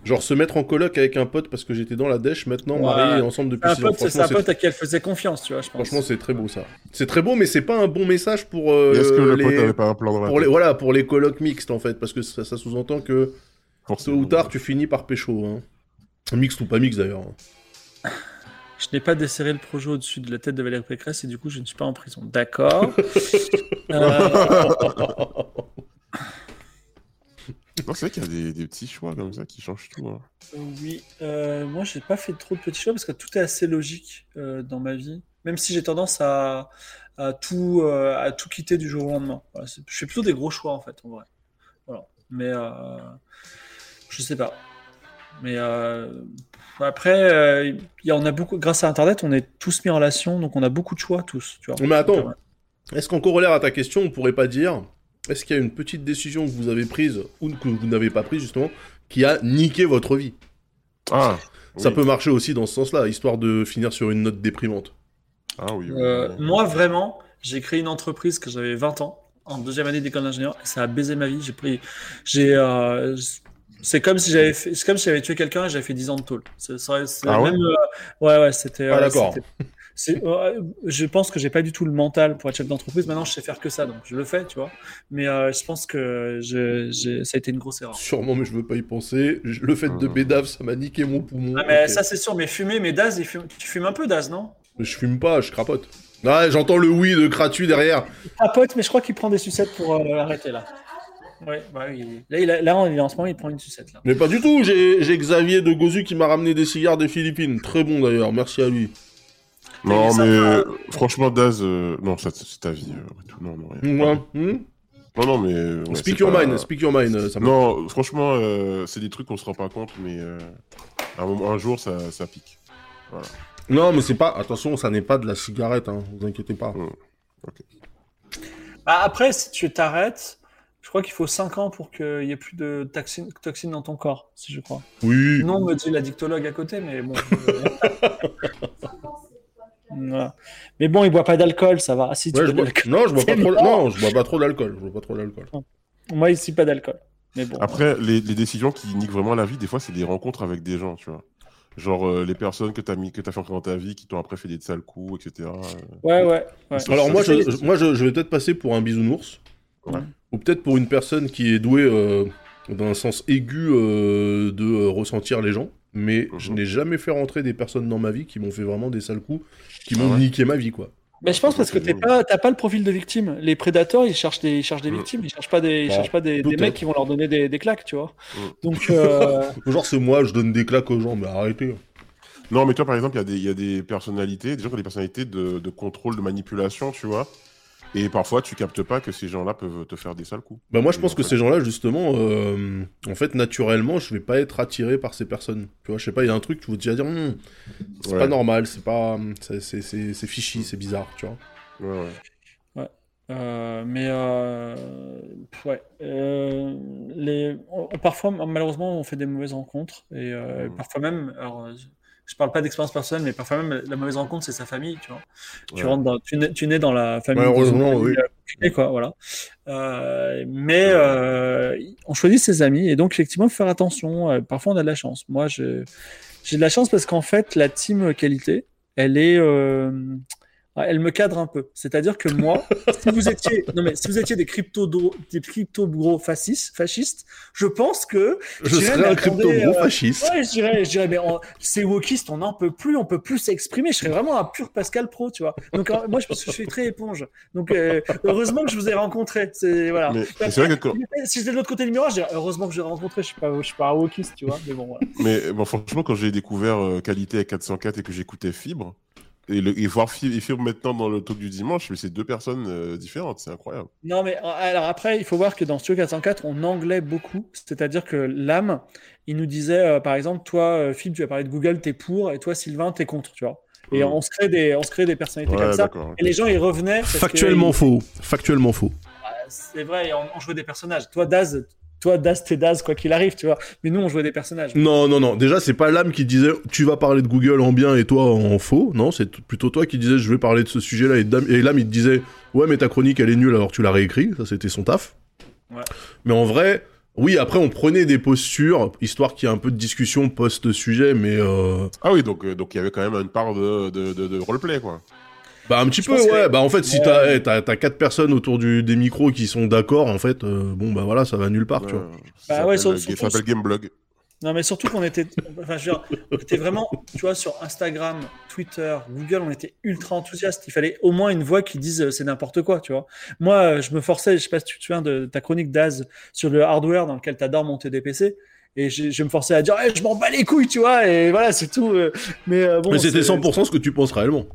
Speaker 2: genre se mettre en coloc avec un pote parce que j'étais dans la dèche maintenant
Speaker 1: Ouais.
Speaker 2: mariés et ensemble depuis
Speaker 1: Un
Speaker 2: six ans
Speaker 1: pote, c'est
Speaker 2: franchement
Speaker 1: un
Speaker 2: c'est
Speaker 1: pote à qui elle faisait confiance, tu vois, je pense.
Speaker 2: Franchement, c'est très beau ça. C'est très beau, mais c'est pas un bon message pour euh,
Speaker 3: Et Est-ce que le
Speaker 2: les...
Speaker 3: pote avait pas un plan dans la
Speaker 2: pour les
Speaker 3: tête
Speaker 2: voilà pour les colocs mixtes en fait, parce que ça, ça sous-entend que tôt
Speaker 3: Forcément.
Speaker 2: ou tard tu finis par pécho. Hein. Mixte ou pas mixte d'ailleurs. hein.
Speaker 1: Je n'ai pas desserré le projet au-dessus de la tête de Valérie Pécresse et du coup, je ne suis pas en prison. D'accord. Euh,
Speaker 3: Non, c'est vrai qu'il y a des, des petits choix comme ça qui changent tout. hein.
Speaker 1: oui. euh, moi, j'ai pas fait trop de petits choix parce que tout est assez logique euh, dans ma vie. Même si j'ai tendance à, à tout, euh, à tout quitter du jour au lendemain. Voilà, c'est- je fais plutôt des gros choix en fait, en vrai. Voilà. Mais euh, je sais pas. Mais euh, après, euh, il y a- on a beaucoup, grâce à Internet, on est tous mis en relation, donc on a beaucoup de choix tous. Tu vois.
Speaker 2: Mais
Speaker 1: Donc,
Speaker 2: attends,
Speaker 1: euh,
Speaker 2: est-ce qu'en corollaire à ta question, on pourrait pas dire est-ce qu'il y a une petite décision que vous avez prise ou que vous n'avez pas prise justement qui a niqué votre vie
Speaker 3: Ah
Speaker 2: Ça
Speaker 3: oui.
Speaker 2: peut marcher aussi dans ce sens-là, histoire de finir sur une note déprimante.
Speaker 3: Ah oui. oui,
Speaker 1: Euh,
Speaker 3: oui.
Speaker 1: moi, vraiment, j'ai créé une entreprise que j'avais 20 ans, en deuxième année d'école d'ingénieur, et ça a baisé ma vie. J'ai pris. J'ai. euh, c'est comme si j'avais fait, c'est comme si j'avais tué quelqu'un et j'avais fait 10 ans de tôle. C'est, c'est- c'est
Speaker 3: Ah ouais
Speaker 1: même, euh, ouais, ouais, c'était.
Speaker 2: Ah,
Speaker 1: euh,
Speaker 2: d'accord.
Speaker 1: c'était- c'est- euh, je pense que j'ai pas du tout le mental pour être chef d'entreprise. Maintenant, je sais faire que ça, donc je le fais, tu vois. Mais euh, je pense que je- j'ai- ça a été une grosse erreur.
Speaker 2: Sûrement, mais je veux pas y penser. Je- Le fait de
Speaker 3: Hmm.
Speaker 2: bédave, ça m'a niqué mon poumon.
Speaker 1: Euh. Ah, mais
Speaker 2: Ok.
Speaker 1: ça, c'est sûr. Mais fumer, mais Daz, il fume- tu fumes un peu Daz, non
Speaker 2: Je fume pas, je crapote. Ah, j'entends le oui de Kratu derrière.
Speaker 1: Ah, pote, mais je crois qu'il prend des sucettes pour euh, arrêter là. Ouais, bah oui. Là, il a- là, on- il est en ce moment, il prend une sucette là.
Speaker 2: Mais pas du tout, j'ai j'ai Xavier de Gozu qui m'a ramené des cigares des Philippines. Très bon d'ailleurs, merci à lui.
Speaker 3: Non,
Speaker 1: ça,
Speaker 3: mais
Speaker 1: ça-
Speaker 3: euh, franchement, Daz, euh, non, ça, c'est ta vie. euh, après tout. Non, non, rien.
Speaker 2: Ouais, hmm
Speaker 3: non, non, mais. euh, ouais,
Speaker 2: speak
Speaker 3: c'est
Speaker 2: your
Speaker 3: pas-
Speaker 2: mind, speak your mind. euh, Ça me-
Speaker 3: Non, franchement, euh, c'est des trucs qu'on se rend pas compte, mais euh, un, moment- un jour, ça, ça pique.
Speaker 2: non, mais c'est pas. Attention, ça n'est pas de la cigarette, hein, vous inquiétez pas.
Speaker 1: Bah, après, si tu t'arrêtes, je crois qu'il faut 5 ans pour qu'il n'y ait plus de toxines toxines dans ton corps, si je crois.
Speaker 2: Oui.
Speaker 1: Non, me dit la dictologue à côté, mais bon. Mais bon, il boit pas d'alcool, ça va. Ah, si, tu
Speaker 2: Ouais, je
Speaker 1: bois de
Speaker 2: bois-
Speaker 1: l'alcool.
Speaker 2: Non, je bois pas
Speaker 1: C'est
Speaker 2: trop.
Speaker 1: mort.
Speaker 2: Non, je bois pas trop d'alcool. Je bois pas trop d'alcool.
Speaker 1: Moi, ici, pas d'alcool. Mais bon.
Speaker 3: Après, les, les décisions qui niquent vraiment la vie, des fois, c'est des rencontres avec des gens, tu vois. Genre euh, les personnes que t'as mis, que t'as fait entrer dans ta vie, qui t'ont après fait des sales coups, etc. euh.
Speaker 1: Ouais, ouais. ouais.
Speaker 3: Ça,
Speaker 2: Alors
Speaker 3: ça,
Speaker 2: moi,
Speaker 1: c'est-
Speaker 2: je, je- moi, je, je vais peut-être passer pour un bisounours,
Speaker 3: Ouais.
Speaker 2: ou peut-être pour une personne qui est douée euh, dans un sens aigu euh, de euh, ressentir les gens. Mais je
Speaker 3: Mhm.
Speaker 2: n'ai jamais fait rentrer des personnes dans ma vie qui m'ont fait vraiment des sales coups, qui
Speaker 3: Ah
Speaker 2: m'ont
Speaker 3: ouais.
Speaker 2: niqué ma vie, quoi.
Speaker 1: Mais je pense parce que t'es pas, t'as pas le profil de victime. Les prédateurs, ils cherchent des, ils cherchent des
Speaker 3: Mm.
Speaker 1: victimes, ils cherchent pas des, ils
Speaker 2: Bah,
Speaker 1: cherchent pas des, des
Speaker 2: peut-être.
Speaker 1: mecs qui vont leur donner des, des claques, tu vois.
Speaker 3: Mm.
Speaker 1: Donc, euh,
Speaker 2: Genre c'est moi, je donne des claques aux gens, mais arrêtez.
Speaker 3: Non, mais tu vois, par exemple, il y a des- il y, a des personnalités, des gens qui ont des personnalités de, de contrôle, de manipulation, tu vois. Et parfois, tu captes pas que ces gens-là peuvent te faire des sales coups.
Speaker 2: Bah moi, je
Speaker 3: Et
Speaker 2: pense
Speaker 3: en
Speaker 2: que
Speaker 3: fait-
Speaker 2: ces gens-là, justement, euh, en fait, naturellement, je vais pas être attiré par ces personnes. Tu vois, je sais pas, il y a un truc, tu vas déjà dire, Hum, c'est
Speaker 3: Ouais.
Speaker 2: pas normal, c'est pas, hmm, c'est- c'est c'est- c'est fichi, c'est bizarre, tu vois.
Speaker 3: Ouais, ouais.
Speaker 1: euh, mais euh, pff, ouais, Euh, les, on- parfois malheureusement on fait des mauvaises rencontres et euh,
Speaker 3: Mm.
Speaker 1: parfois même, alors euh, je parle pas d'expérience personnelle, mais parfois même la mauvaise rencontre c'est sa famille, tu vois. Tu
Speaker 3: Ouais.
Speaker 1: rentres dans, tu nais, tu nais dans la famille.
Speaker 2: Malheureusement,
Speaker 1: des gens,
Speaker 2: oui.
Speaker 1: euh, compliqués, quoi, voilà. Euh, mais euh, on choisit ses amis et donc effectivement faut faire attention. Euh, parfois on a de la chance. Moi je- j'ai de la chance parce qu'en fait la team qualité, elle est, euh, elle me cadre un peu. C'est-à-dire que moi, si vous étiez, non mais si vous étiez des crypto des crypto gros fascistes, fascistes, je pense que
Speaker 2: Je
Speaker 1: dirais,
Speaker 2: serais
Speaker 1: mais
Speaker 2: un crypto
Speaker 1: attendez,
Speaker 2: gros
Speaker 1: euh,
Speaker 2: fasciste.
Speaker 1: Ouais, je dirais, je dirais, mais on- ces wokistes, on n'en peut plus, on peut plus s'exprimer. Je serais vraiment un pur Pascal Pro, tu vois. Donc euh, moi, je pense que je suis très éponge. Donc euh, heureusement que je vous ai rencontré. C'est voilà.
Speaker 3: Mais mais c'est vrai que quand-
Speaker 1: Si j'étais de l'autre côté du miroir, je dirais heureusement que je l'ai rencontré. Je suis pas, je suis pas un wokiste, tu vois. Mais bon, voilà.
Speaker 3: Mais bon, franchement, quand j'ai découvert euh, Qualité à 404 et que j'écoutais Fibre, et, le, et voir Fibre, et Fibre maintenant dans le talk du dimanche, mais c'est deux personnes euh, différentes, c'est incroyable.
Speaker 1: Non, mais euh, alors après, il faut voir que dans Studio 404, on anglais beaucoup. C'est-à-dire que l'âme, il nous disait, euh, par exemple, toi, euh, Philippe, tu as parlé de Google, t'es pour, et toi, Sylvain, t'es contre, tu vois. Et
Speaker 3: Mm.
Speaker 1: on se crée des, on se crée des personnalités comme
Speaker 3: Ouais,
Speaker 1: ça.
Speaker 3: d'accord.
Speaker 1: Et les gens, ils revenaient. parce que-
Speaker 2: Factuellement faux. Factuellement faux.
Speaker 1: C'est vrai, et on, on jouait des personnages. Toi, Daz, toi, Daz, t'es Daz, quoi qu'il arrive, tu vois. Mais nous, on jouait des personnages.
Speaker 2: Non, non, non. Déjà, c'est pas l'âme qui disait tu vas parler de Google en bien et toi en faux. Non, c'est t- plutôt toi qui disais je vais parler de ce sujet-là et d'âme- et l'âme il te disait ouais mais ta chronique elle est nulle alors tu l'as réécrit. Ça c'était son taf.
Speaker 1: Ouais.
Speaker 2: Mais en vrai, oui après on prenait des postures histoire qu'il y ait un peu de discussion post sujet, mais euh,
Speaker 3: Ah oui, donc euh, donc il y avait quand même une part de, de, de, de roleplay, quoi.
Speaker 2: bah un petit
Speaker 1: Je
Speaker 2: peu
Speaker 1: pense que-
Speaker 2: ouais. Bah en fait si
Speaker 1: Ouais.
Speaker 2: t'as eh, t'as t'as quatre personnes autour du des micros qui sont d'accord en fait euh, bon bah voilà ça va nulle part tu vois.
Speaker 3: Euh,
Speaker 1: Bah
Speaker 3: ça
Speaker 1: ouais,
Speaker 3: s'appelle,
Speaker 1: surtout-
Speaker 3: euh, ça s'appelle Gameblog.
Speaker 1: Non, mais surtout qu'on était, enfin, je veux dire, on était vraiment, tu vois, sur Instagram, Twitter, Google, on était ultra enthousiastes. Il fallait au moins une voix qui dise euh, c'est n'importe quoi, tu vois. Moi, euh, je me forçais, je sais pas si tu te souviens de ta chronique Daz sur le hardware dans lequel t'adores monter des PC. Et je, je me forçais à dire, Eh, je m'en bats les couilles, tu vois, et voilà, c'est tout. euh. Mais euh, bon.
Speaker 2: mais c'était
Speaker 1: c'est-
Speaker 2: 100% ce que tu penses réellement.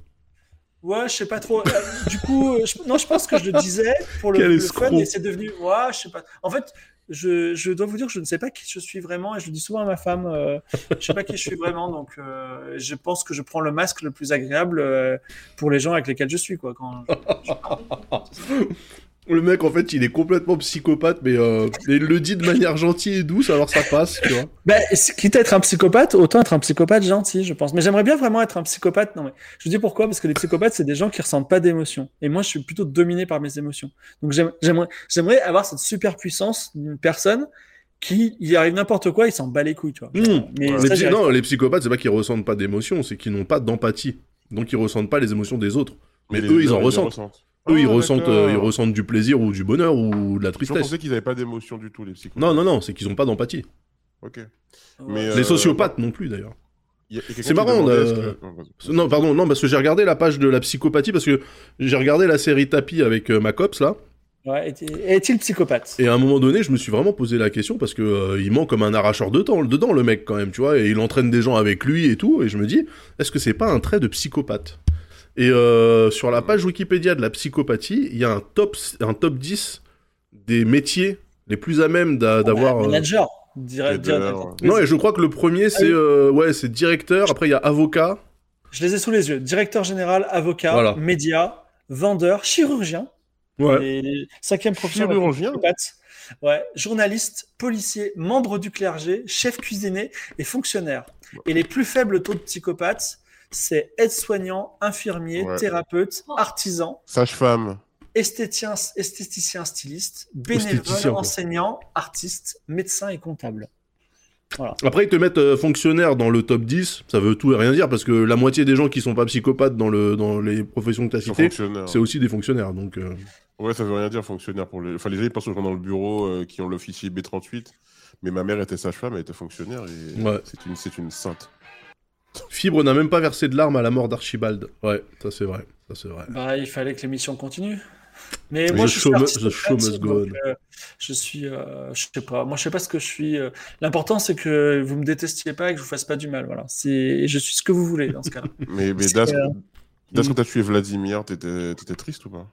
Speaker 1: Ouais, je sais pas trop. Euh, du coup, euh, je- non, je pense que je le disais pour le,
Speaker 2: Quel
Speaker 1: le
Speaker 2: escroc.
Speaker 1: fun et c'est devenu. Ouais, je sais pas. En fait, je, je dois vous dire que je ne sais pas qui je suis vraiment et je le dis souvent à ma femme. euh, je sais pas qui je suis vraiment, donc euh, je pense que je prends le masque le plus agréable euh, pour les gens avec lesquels je suis, quoi. Quand
Speaker 2: Le mec, en fait, il est complètement psychopathe, mais euh, mais il le dit de manière gentille et douce, alors ça passe, tu vois.
Speaker 1: Ben, c'est- quitte à être un psychopathe, autant être un psychopathe gentil, je pense. Mais j'aimerais bien vraiment être un psychopathe. Non, mais je vous dis pourquoi, parce que les psychopathes, c'est des gens qui ressentent pas d'émotions. Et moi, je suis plutôt dominé par mes émotions. Donc, j'aime- j'aimerais, j'aimerais avoir cette super puissance d'une personne qui, il arrive n'importe quoi, il s'en bat les couilles, tu vois.
Speaker 2: Mmh.
Speaker 1: Mais
Speaker 2: Les
Speaker 1: ça,
Speaker 2: psy-
Speaker 1: j'y arrive
Speaker 2: non, les psychopathes, c'est pas qu'ils ressentent pas d'émotions, c'est qu'ils n'ont pas d'empathie. Donc ils ressentent pas les émotions des autres. Mais
Speaker 3: les-
Speaker 2: eux, ils en
Speaker 3: les
Speaker 2: ressentent. Eux,
Speaker 3: Ah,
Speaker 2: ils, ressentent, euh,
Speaker 3: d'accord.
Speaker 2: ils ressentent du plaisir ou du bonheur ou de la
Speaker 3: Je
Speaker 2: tristesse.
Speaker 3: pensais qu'ils n'avaient pas d'émotion du tout, les psychopathes.
Speaker 2: Non, non, non, c'est qu'ils ont pas d'empathie.
Speaker 3: Ok.
Speaker 1: pas.
Speaker 3: Mais, euh,
Speaker 2: Les sociopathes non plus, d'ailleurs.
Speaker 3: y a- y a quelqu'un
Speaker 2: C'est
Speaker 3: qui
Speaker 2: marrant,
Speaker 3: demandait,
Speaker 2: euh,
Speaker 3: est-ce que- Oh, vas-y.
Speaker 2: Non, pardon, non, parce que j'ai regardé la page de la psychopathie, parce que j'ai regardé la série Tapi avec euh, ma cops, là,
Speaker 1: Ouais, est- est-il psychopathe?
Speaker 2: et à un moment donné, je me suis vraiment posé la question, parce que euh, il ment comme un arracheur de temps, dedans, le mec, quand même, tu vois, et il entraîne des gens avec lui et tout, et je me dis, est-ce que c'est pas un trait de psychopathe Et euh, sur la page Wikipédia de la psychopathie, il y a un top, un top 10 des métiers les plus à même d'a- d'avoir... euh,
Speaker 1: Manager. Dire- dire-
Speaker 3: Leader, ouais.
Speaker 2: Non, et je crois que le premier, c'est euh, ouais, c'est directeur. Après, il y a avocat.
Speaker 1: Je les ai sous les yeux. Directeur général, avocat,
Speaker 2: Voilà.
Speaker 1: média, vendeur, chirurgien.
Speaker 2: Ouais.
Speaker 1: Et cinquième profession.
Speaker 3: Chirurgien
Speaker 1: Psychopathe. Ouais, journaliste, policier, membre du clergé, chef cuisinier et fonctionnaire. Et les plus faibles taux de psychopathes, c'est aide-soignant, infirmier,
Speaker 3: Ouais.
Speaker 1: thérapeute, artisan,
Speaker 3: Sage-femme.
Speaker 1: esthéticien, esthéticien styliste, bénévole,
Speaker 2: Esthéticien, quoi.
Speaker 1: enseignant, artiste, médecin et comptable.
Speaker 2: Après, ils te mettent euh, fonctionnaire dans le top 10, ça veut tout et rien dire, parce que la moitié des gens qui sont pas psychopathes dans, le, dans les professions que t'as
Speaker 3: C'est
Speaker 2: citées,
Speaker 3: fonctionnaire.
Speaker 2: c'est aussi des fonctionnaires, donc... euh,
Speaker 3: Ouais, ça veut rien dire fonctionnaire pour les. Enfin, les gens ils pensent aux gens dans le bureau euh, qui ont le fichier B38. Mais ma mère était sage-femme, elle était fonctionnaire et
Speaker 2: Ouais.
Speaker 3: c'est une, c'est une sainte.
Speaker 2: Fibre n'a même pas versé de larmes à la mort d'Archibald. Ouais, ça c'est vrai, ça c'est vrai.
Speaker 1: Bah, il fallait que l'émission continue. Mais
Speaker 2: The
Speaker 1: moi, je suis
Speaker 2: show mu-
Speaker 1: artiste
Speaker 2: the show must
Speaker 1: créatif,
Speaker 2: go
Speaker 1: donc, euh, je suis, euh, je sais pas. Moi, je sais pas ce que je suis. euh. L'important, c'est que vous me détestiez pas et que je vous fasse pas du mal. Voilà. C'est, je suis ce que vous voulez dans ce cas-là.
Speaker 3: Mais, mais
Speaker 1: C'est,
Speaker 3: Das,
Speaker 1: euh,
Speaker 3: Das,
Speaker 1: mm.
Speaker 3: quand t'as tué Vladimir, t'étais t'étais triste ou pas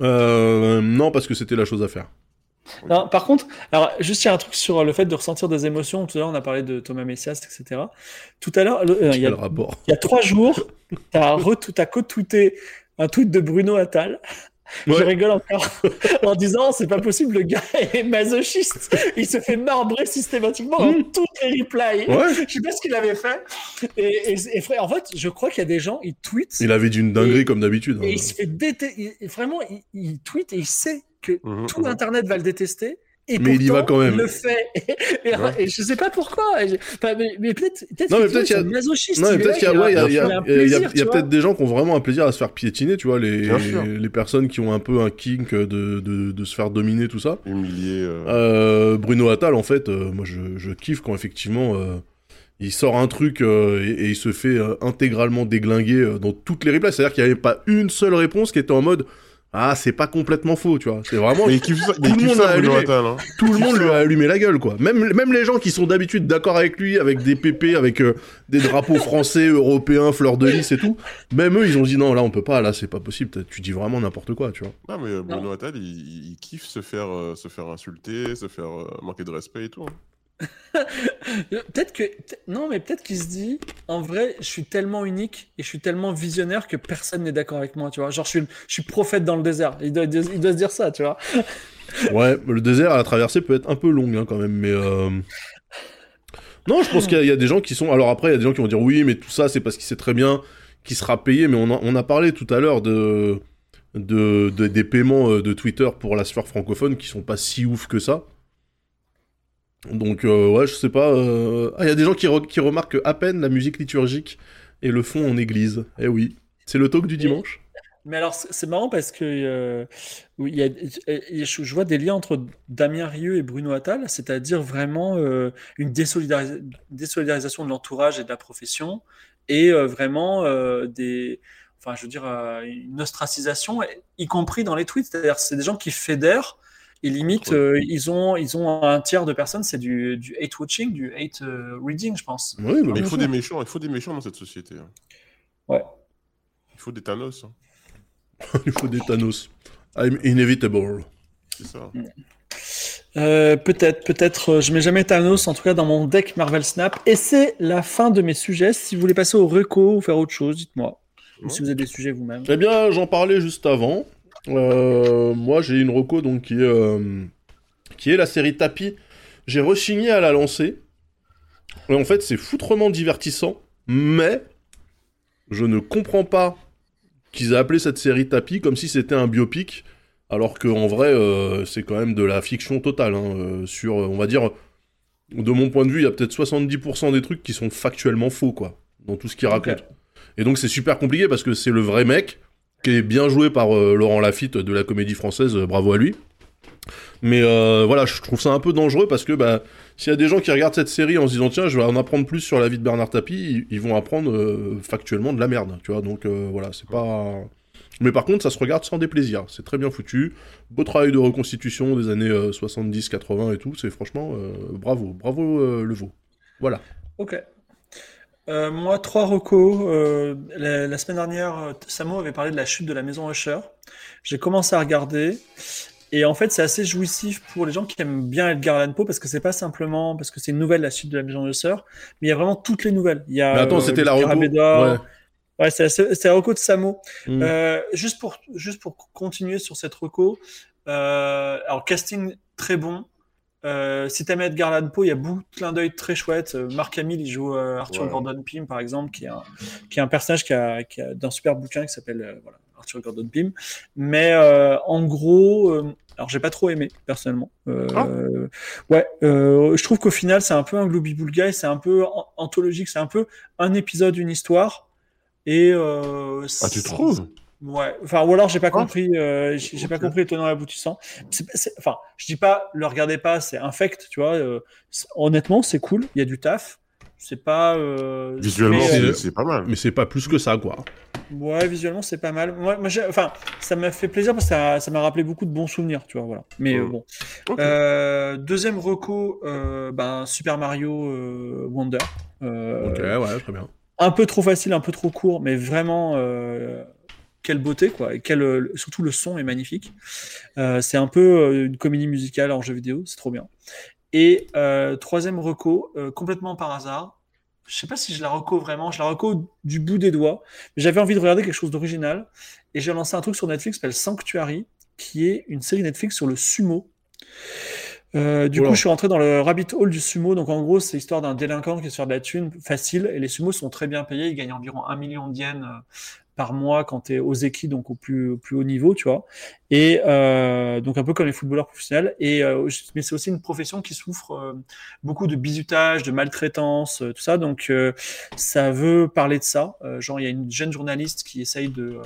Speaker 2: Euh, non, parce que c'était la chose à faire.
Speaker 1: Non, par contre, alors juste il y a un truc sur euh, le fait de ressentir des émotions. Tout à l'heure, on a parlé de Thomas Messias, etc. Tout à l'heure, le- euh, il
Speaker 2: Quel
Speaker 1: y, a,
Speaker 2: rapport
Speaker 1: il y a trois jours, t'as as co-tweeté un tweet de Bruno Attal. Je
Speaker 2: Ouais.
Speaker 1: rigole encore en disant oh, c'est pas possible, le gars est masochiste. Il se fait marbrer systématiquement dans toutes les replies.
Speaker 2: Hmm. Ouais,
Speaker 1: Je sais pas ce qu'il avait fait. Et, et- et frère, en fait, je crois qu'il y a des gens, ils tweetent
Speaker 2: il avait d'une dinguerie comme d'habitude.
Speaker 1: et
Speaker 2: hein.
Speaker 1: il se fait détester. Vraiment, il, il tweet et il sait que
Speaker 3: Mhm,
Speaker 1: tout
Speaker 3: mhm.
Speaker 1: Internet va le détester. Et
Speaker 2: Mm, Mais il y
Speaker 1: pourtant,
Speaker 2: va quand même.
Speaker 1: Il le fait. Et, et-
Speaker 3: Ouais.
Speaker 1: et je sais pas pourquoi. Et je- enfin, mais, mais peut-être peut-être
Speaker 2: Non, mais
Speaker 1: que
Speaker 2: peut-être
Speaker 1: c'est
Speaker 2: qu'il y a-
Speaker 1: un masochiste.
Speaker 2: Non, mais
Speaker 1: il est
Speaker 2: peut-être
Speaker 1: là,
Speaker 2: qu'il y a,
Speaker 1: il
Speaker 2: ouais, il y a-
Speaker 1: il
Speaker 2: il y a-
Speaker 1: un
Speaker 2: il y a- il y
Speaker 1: plaisir,
Speaker 2: a- il y a
Speaker 1: tu
Speaker 2: peut-être
Speaker 1: vois.
Speaker 2: des gens qui ont vraiment un plaisir à se faire piétiner, tu vois,
Speaker 3: Bien sûr.
Speaker 2: les, les personnes qui ont un peu un kink de, de, de se faire dominer, tout ça.
Speaker 3: Humilié. euh,
Speaker 2: Euh, Bruno Attal, en fait, euh, moi je, je kiffe quand effectivement euh, il sort un truc euh, et, et il se fait euh, intégralement déglinguer euh, dans toutes les replays. C'est-à-dire qu'il n'y avait pas une seule réponse qui était en mode Ah, c'est pas complètement faux, tu vois. C'est vraiment
Speaker 3: Mais il kiffe ça, mais il
Speaker 2: Tout le
Speaker 3: kiffe
Speaker 2: monde
Speaker 3: ça,
Speaker 2: a
Speaker 3: Bruno
Speaker 2: allumé.
Speaker 3: Attal. hein.
Speaker 2: tout le monde lui a allumé la gueule, quoi. Même, même les gens qui sont d'habitude d'accord avec lui, avec des pépés, avec euh, des drapeaux français, européens, fleurs de lys et tout, même eux ils ont dit Non, là on peut pas, là c'est pas possible, t'as- tu dis vraiment n'importe quoi, tu vois.
Speaker 3: Non, mais euh, Bruno Attal, il, il- il kiffe se faire, euh, se faire insulter, se faire euh, manquer de respect et tout. hein.
Speaker 1: Euh, Peut-être que peut- non, mais peut-être qu'il se dit en vrai, je suis tellement unique et je suis tellement visionnaire que personne n'est d'accord avec moi, tu vois. Genre, je suis, le- je suis prophète dans le désert. Il doit, il doit se dire ça, tu vois.
Speaker 2: Ouais, le désert à la traversée peut être un peu longue hein, quand même, mais. euh, Non, je pense qu'il y, a- il y a des gens qui sont. Alors après, il y a des gens qui vont dire oui, mais tout ça, c'est parce qu'il sait très bien qu'il sera payé, mais on a, on a parlé tout à l'heure de... De... de- des paiements euh, de Twitter pour la sphère francophone qui sont pas si ouf que ça. Donc, euh, ouais, je sais pas. euh, Ah, il y a des gens qui, re- qui remarquent à peine la musique liturgique et le fond en église. Eh oui, c'est le talk du dimanche.
Speaker 1: Mais alors, c'est c'est marrant parce que euh, oui, il y a- euh, je je vois des liens entre Damien Rieu et Bruno Attal, c'est-à-dire vraiment euh, une désolidari- désolidarisation de l'entourage et de la profession, et euh, vraiment euh, des, enfin, je veux dire, euh, une ostracisation, y compris dans les tweets. C'est-à-dire, c'est des gens qui fédèrent. Et limite,
Speaker 3: Entre
Speaker 1: euh, ils, ont, ils ont un tiers de personnes, c'est du, du hate watching, du hate euh, reading, je pense.
Speaker 2: Oui, bah,
Speaker 3: Ah, Mais
Speaker 2: bien
Speaker 3: il faut
Speaker 2: sûr.
Speaker 3: des méchants, il faut des méchants dans cette société. hein.
Speaker 1: Ouais.
Speaker 3: Il faut des Thanos, hein.
Speaker 2: il faut des Thanos. I'm inevitable.
Speaker 3: c'est ça.
Speaker 1: Euh, peut-être, peut-être. euh, Je mets jamais Thanos, en tout cas dans mon deck Marvel Snap. Et c'est la fin de mes sujets. Si vous voulez passer au reco ou faire autre chose, dites-moi. Ou
Speaker 3: Ouais.
Speaker 1: si vous avez des sujets vous-même.
Speaker 2: Eh bien, j'en parlais juste avant. Euh, moi, j'ai une reco donc qui est, euh, qui est la série Tapi. J'ai rechigné à la lancer. Et en fait, c'est foutrement divertissant, mais je ne comprends pas qu'ils aient appelé cette série Tapi comme si c'était un biopic, alors qu'en vrai, euh, c'est quand même de la fiction totale. hein, euh, sur, euh, on va dire, de mon point de vue, il y a peut-être 70% des trucs qui sont factuellement faux, quoi, dans tout ce qu'ils racontent. Et donc, c'est super compliqué parce que c'est le vrai mec qui est bien joué par euh, Laurent Lafitte de la comédie française, euh, bravo à lui. Mais euh, voilà, je trouve ça un peu dangereux parce que bah, s'il y a des gens qui regardent cette série en se disant tiens, je vais en apprendre plus sur la vie de Bernard Tapie, ils, ils vont apprendre euh, factuellement de la merde, tu vois. Donc euh, voilà, c'est pas. Mais par contre, ça se regarde sans déplaisir. C'est très bien foutu. Beau travail de reconstitution des années euh, 70, 80 et tout. C'est franchement euh, bravo, bravo euh, le veau. Voilà.
Speaker 1: Ok. Euh, moi, trois recos. Euh, la, la semaine dernière, euh, Samo avait parlé de la chute de la maison Usher. J'ai commencé à regarder. Et en fait, c'est assez jouissif pour les gens qui aiment bien Edgar Allan Poe parce que c'est pas simplement parce que c'est une nouvelle, la chute de la maison Usher, mais il y a vraiment toutes les nouvelles. Il y a,
Speaker 2: Mais attends,
Speaker 1: euh,
Speaker 2: c'était la reco.
Speaker 1: Rabeda,
Speaker 2: Ouais.
Speaker 1: Ouais, c'est la- c'est la reco de Samo.
Speaker 2: Mm.
Speaker 1: Euh, juste, pour, juste pour continuer sur cette reco, euh, alors casting très bon, Euh, si t'aimes Edgar Allan Poe, il y a beaucoup de clins d'œil très chouettes. Euh, Mark Hamill, il joue euh, Arthur
Speaker 3: Ouais.
Speaker 1: Gordon Pym, par exemple, qui est un, qui est un personnage qui a, qui a- d'un super bouquin qui s'appelle euh, voilà, Arthur Gordon Pym. Mais euh, en gros, euh, alors j'ai pas trop aimé personnellement. Euh,
Speaker 3: Ah.
Speaker 1: Ouais, euh, je trouve qu'au final, c'est un peu un gloobie-boulga et c'est un peu an- anthologique. C'est un peu un épisode, une histoire. Et euh,
Speaker 3: Ah, tu
Speaker 1: c'est-
Speaker 3: trouves
Speaker 1: Ouais, enfin, ou alors j'ai pas
Speaker 3: Ah.
Speaker 1: compris, euh, j'ai j'ai pas
Speaker 3: Ok.
Speaker 1: compris le tenant et aboutissant. C'est- c'est- Enfin, je dis pas, le regardez pas, c'est infect, tu vois. euh, c'est- honnêtement, c'est cool, il y a du taf. C'est pas. euh,
Speaker 3: Visuellement,
Speaker 1: mais,
Speaker 2: c'est-
Speaker 1: euh,
Speaker 3: c'est c'est pas mal.
Speaker 2: Mm. Mais c'est pas plus que ça, quoi.
Speaker 1: ouais, visuellement, c'est pas mal. Moi, moi, j'ai- enfin, ça m'a fait plaisir parce que ça ça m'a rappelé beaucoup de bons souvenirs, tu vois, voilà. Mais euh,
Speaker 3: Mm.
Speaker 1: bon.
Speaker 3: Ok.
Speaker 1: Euh, deuxième reco, euh, ben, Super Mario euh, Wonder. Euh,
Speaker 2: Ok, ouais, très bien.
Speaker 1: un peu trop facile, un peu trop court, mais vraiment euh, quelle beauté quoi. Et quel, euh, surtout le son est magnifique. Euh, c'est un peu euh, une comédie musicale en jeu vidéo, c'est trop bien. Et euh, troisième reco, euh, complètement par hasard. Je sais pas si je la reco vraiment, je la reco du bout des doigts. mais J'avais envie de regarder quelque chose d'original et j'ai lancé un truc sur Netflix qui s'appelle Sanctuary, qui est une série Netflix sur le sumo. Euh, du
Speaker 2: Oula.
Speaker 1: coup, je suis rentré dans le rabbit hole du sumo. Donc, en gros, c'est l'histoire d'un délinquant qui se fait de la thune facile. Et les sumos sont très bien payés. Ils gagnent environ un million de yens euh, par mois quand tu es aux équipes, donc au plus, au plus haut niveau, tu vois. Et euh, donc, un peu comme les footballeurs professionnels. Et, euh, je- mais c'est aussi une profession qui souffre euh, beaucoup de bizutage, de maltraitance, euh, tout ça. Donc, euh, ça veut parler de ça. Euh, genre, il y a une jeune journaliste qui essaye de. euh,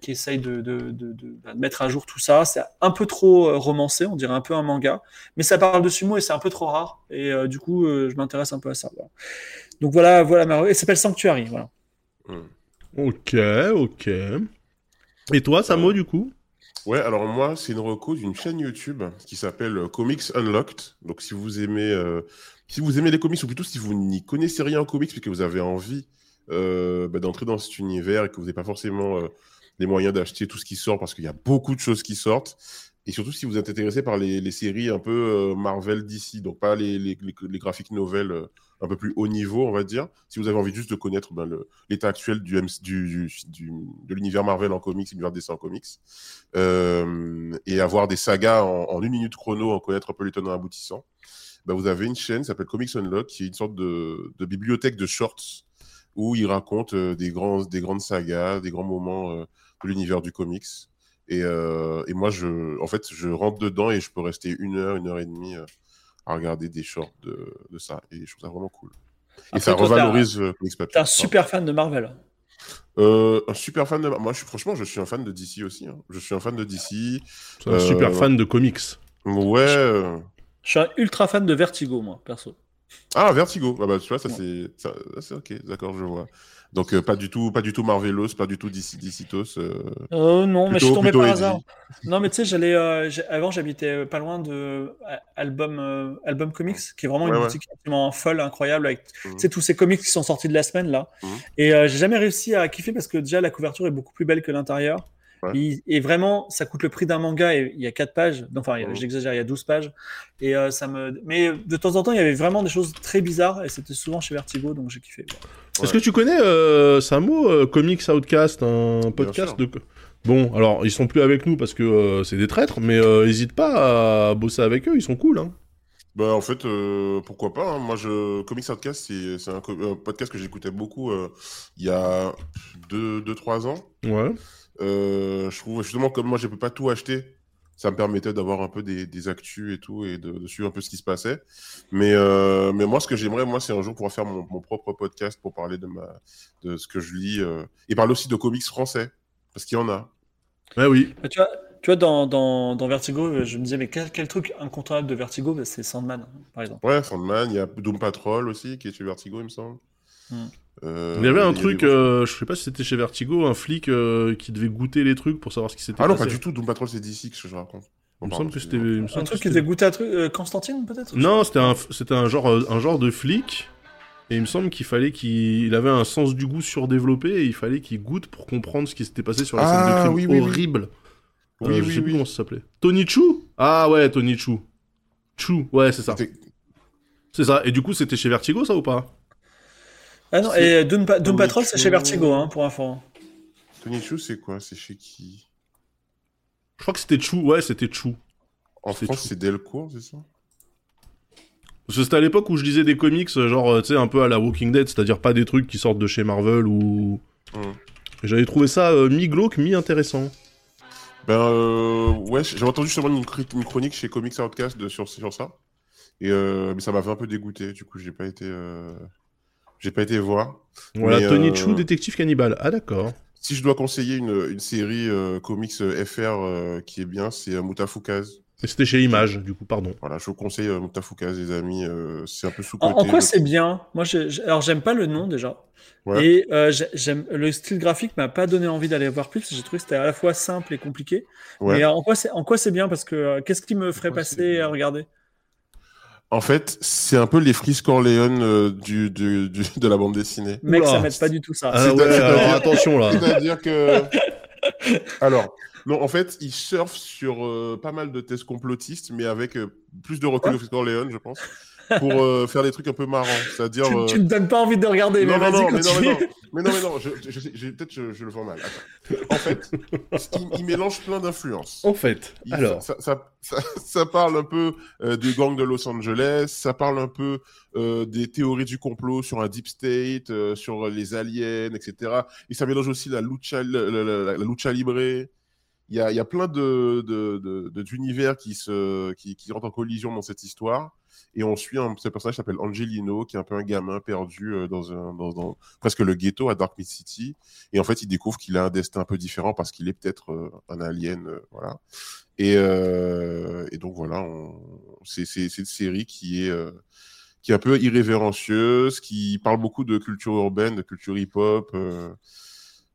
Speaker 1: qui essaye de, de- de- de- bah, de mettre à jour tout ça. C'est un peu trop euh, romancé, on dirait un peu un manga. Mais ça parle de sumo et c'est un peu trop rare. Et euh, du coup, euh, je m'intéresse un peu à ça. voilà. Donc voilà, voilà ma... Et ça s'appelle Sanctuary. Voilà.
Speaker 2: Ok, ok. Et toi, Samo, du coup
Speaker 3: Ouais, alors moi, c'est une reco d'une chaîne YouTube qui s'appelle euh, Comics Unlocked. Donc, si vous aimez, euh, si vous aimez les comics, ou plutôt si vous n'y connaissez rien en comics, mais que vous avez envie euh, bah, d'entrer dans cet univers et que vous n'avez pas forcément euh, les moyens d'acheter tout ce qui sort, parce qu'il y a beaucoup de choses qui sortent. Et surtout, si vous êtes intéressé par les, les séries un peu euh, Marvel d'ici, donc pas les, les, les, les graphiques novels euh, un peu plus haut niveau, on va dire. Si vous avez envie juste de connaître ben, le- l'état actuel du, MC du, du- du- de l'univers Marvel en comics, l'univers DC en comics. Euh, et avoir des sagas en, en une minute chrono, en connaître un peu les tenants aboutissants, bah, vous avez une chaîne qui s'appelle Comics Unlock, qui est une sorte de, de bibliothèque de shorts où ils racontent euh, des, grands, des grandes sagas, des grands moments euh, de l'univers du comics. Et, euh, et moi, je, en fait, je rentre dedans et je peux rester une heure, une heure et demie euh, à regarder des shorts de, de ça. Et je trouve ça vraiment cool. Et
Speaker 1: Après,
Speaker 3: ça
Speaker 1: toi, t'as-
Speaker 3: revalorise euh, Comics Papier.
Speaker 1: T'es un
Speaker 3: Pardon.
Speaker 1: super fan de Marvel.
Speaker 3: Euh, un super fan de. Moi, je suis, franchement, je suis un fan de DC aussi. hein. Je suis un fan de DC.
Speaker 2: C'est un
Speaker 3: Euh,
Speaker 2: super
Speaker 3: ouais.
Speaker 2: fan de comics.
Speaker 3: Ouais. euh,
Speaker 1: Je suis un ultra fan de Vertigo, moi, perso.
Speaker 3: Ah, Vertigo. Ah bah, tu vois, ça
Speaker 1: Ouais.
Speaker 3: c'est, ça, ah, c'est ok, d'accord, je vois. Donc euh, pas du tout, pas du tout Marvelos, pas du tout DC, DCitos. euh,
Speaker 1: Euh, non, mais je suis
Speaker 3: Plutôt-
Speaker 1: tombé
Speaker 3: plutôt
Speaker 1: par
Speaker 3: Eddie.
Speaker 1: hasard. Non, mais tu sais, j'allais euh, j'ai- avant j'habitais euh, pas loin de euh, Album euh, Album Comics, qui est vraiment une
Speaker 3: Ouais, ouais.
Speaker 1: boutique absolument folle, incroyable, avec tu
Speaker 3: Mhm.
Speaker 1: sais tous ces comics qui sont sortis de la semaine là.
Speaker 3: Mhm.
Speaker 1: Et euh, j'ai jamais réussi à kiffer parce que déjà la couverture est beaucoup plus belle que l'intérieur.
Speaker 3: Ouais.
Speaker 1: Et, et vraiment, ça coûte le prix d'un manga. Et il y a 4 pages, Non, enfin, il y a-
Speaker 3: Mhm.
Speaker 1: j'exagère, il y a 12 pages. Et euh, ça me. Mais de temps en temps, il y avait vraiment des choses très bizarres. Et c'était souvent chez Vertigo, donc j'ai kiffé.
Speaker 2: Est-ce que tu connais euh, Samo, euh, Comics Outcast, un podcast
Speaker 3: sûr.
Speaker 2: de... co- Bon, alors, ils sont plus avec nous parce que euh, c'est des traîtres, mais euh, hésite pas à bosser avec eux, ils sont cool, hein.
Speaker 3: Bah en fait, euh, pourquoi pas. hein. Moi, je Comics Outcast, c'est, c'est un, co- un podcast que j'écoutais beaucoup euh, il y a deux, deux, trois ans.
Speaker 2: Ouais.
Speaker 3: Euh, je trouve justement comme moi, je peux pas tout acheter. Ça me permettait d'avoir un peu des, des actus et tout et de, de suivre un peu ce qui se passait. Mais, euh, mais moi, ce que j'aimerais, moi, c'est un jour pouvoir faire mon, mon propre podcast pour parler de, ma, de ce que je lis euh, et parler aussi de comics français parce qu'il y en a.
Speaker 2: Ouais, Bah oui.
Speaker 1: Mais tu vois, tu vois dans, dans, dans Vertigo, euh, je me disais, mais quel, quel truc incontournable de Vertigo bah, C'est Sandman, par exemple.
Speaker 3: Ouais, Sandman, il y a Doom Patrol aussi, qui est chez Vertigo, il me semble.
Speaker 1: Hmm.
Speaker 3: Euh,
Speaker 2: il y avait un
Speaker 3: des
Speaker 2: truc,
Speaker 3: gros-
Speaker 2: euh, je sais pas si c'était chez Vertigo, un flic euh, qui devait goûter les trucs pour savoir ce qui s'était
Speaker 3: Ah non,
Speaker 2: passé.
Speaker 3: pas du tout, Doom Patrol, c'est d'ici que je raconte.
Speaker 2: Il
Speaker 3: Bon,
Speaker 2: me
Speaker 3: pardon,
Speaker 2: semble que c'était...
Speaker 3: excusez-moi.
Speaker 2: il me
Speaker 1: Un truc
Speaker 2: semble que
Speaker 1: qui
Speaker 2: c'était-
Speaker 1: faisait goûter à truc, euh, Constantine, peut-être
Speaker 2: Non, c'était un, c'était un genre, euh, un genre de flic. Et il me semble qu'il fallait qu'il il avait un sens du goût surdéveloppé et il fallait qu'il goûte pour comprendre ce qui s'était passé sur la scène
Speaker 3: Ah,
Speaker 2: de crime
Speaker 3: oui, oui, oui.
Speaker 2: horrible.
Speaker 3: Oui,
Speaker 2: Euh, je
Speaker 3: oui,
Speaker 2: sais plus
Speaker 3: oui.
Speaker 2: comment ça s'appelait. Tony Chu Ah ouais, Tony Chu. Chu, ouais, c'est ça.
Speaker 3: C'était-
Speaker 2: C'est ça. Et du coup, c'était chez Vertigo, ça ou pas
Speaker 1: Ah non,
Speaker 3: c'est-
Speaker 1: et euh, Doom, Pa- Doom
Speaker 3: Oui,
Speaker 1: Patrol,
Speaker 3: tu-
Speaker 1: c'est chez Vertigo, hein, pour info.
Speaker 3: Tony Chu, c'est quoi C'est chez qui
Speaker 2: Je crois que c'était Chu, ouais, c'était Chu.
Speaker 3: En
Speaker 2: C'est
Speaker 3: France,
Speaker 2: tout.
Speaker 3: c'est Delcourt, c'est ça
Speaker 2: Parce que c'était à l'époque où je lisais des comics, genre, euh, tu sais, un peu à la Walking Dead, c'est-à-dire pas des trucs qui sortent de chez Marvel ou.
Speaker 3: Mm.
Speaker 2: Et J'avais trouvé ça euh, mi-glauque, mi-intéressant.
Speaker 3: Ben euh, ouais, j'ai entendu justement une, cri- une chronique chez Comics Outcast de- sur, sur ça. Et euh, mais ça m'avait un peu dégoûté, du coup j'ai pas été euh, j'ai pas été voir.
Speaker 2: Voilà,
Speaker 3: Mais,
Speaker 2: Tony
Speaker 3: euh,
Speaker 2: Chu, détective cannibale. Ah, d'accord.
Speaker 3: Si je dois conseiller une, une série euh, comics euh, FR euh, qui est bien, c'est euh, Mutafukaz.
Speaker 2: Et c'était chez Image, du coup, pardon.
Speaker 3: Voilà, je vous conseille euh, Mutafukaz les amis, euh, c'est un peu sous
Speaker 1: En,
Speaker 3: côté.
Speaker 1: en quoi c'est bien Moi, je- je- alors j'aime pas le nom déjà.
Speaker 3: Ouais.
Speaker 1: Et euh, j'ai- j'aime le style graphique m'a pas donné envie d'aller voir plus. parce que J'ai trouvé que c'était à la fois simple et compliqué. Mais en quoi c'est en quoi c'est bien Parce que euh, qu'est-ce qui me ferait
Speaker 3: quoi c'est
Speaker 1: passer
Speaker 3: bien
Speaker 1: à regarder
Speaker 3: En fait, c'est un peu les Fris Corleone euh, du, du, du- de la bande dessinée.
Speaker 1: Mec,
Speaker 2: Oula.
Speaker 1: ça m'aide pas du tout ça.
Speaker 2: Ah
Speaker 3: c'est-
Speaker 2: ouais,
Speaker 3: c'est-
Speaker 2: alors attention là.
Speaker 3: C'est-à-dire que. Alors, non, en fait, il surfe sur euh, pas mal de thèses complotistes, mais avec euh, plus de recul que Corleone, je pense, pour euh, faire des trucs un peu marrants. C'est-à-dire.
Speaker 1: Tu,
Speaker 3: euh,
Speaker 1: tu me donnes pas envie de regarder.
Speaker 3: non,
Speaker 1: mais
Speaker 3: non, non, mais non,
Speaker 1: vas-y, continue.
Speaker 3: mais non, mais non, mais non, je, je- je- j'ai- peut-être je, je le vois mal. Attends. En fait, il, il mélange plein d'influences.
Speaker 2: En fait,
Speaker 3: Il-
Speaker 2: alors.
Speaker 3: ça, ça- ça- ça parle un peu euh, des gangs de Los Angeles, ça parle un peu euh, des théories du complot sur un deep state, euh, sur les aliens, etc. Et ça mélange aussi la lucha, la, la- la- la lucha libre. Il y a, il y a plein de, de- de- de- d'univers qui, se, qui, qui rentrent en collision dans cette histoire. Et on suit un ce personnage qui s'appelle Angelino, qui est un peu un gamin perdu euh, dans, un, dans, dans presque le ghetto à Dark Mid City. Et en fait, il découvre qu'il a un destin un peu différent parce qu'il est peut-être euh, un alien. euh, voilà. Et, euh, et donc voilà, on... c'est c'est- c'est une série qui est, euh, qui est un peu irrévérencieuse, qui parle beaucoup de culture urbaine, de culture hip-hop. euh.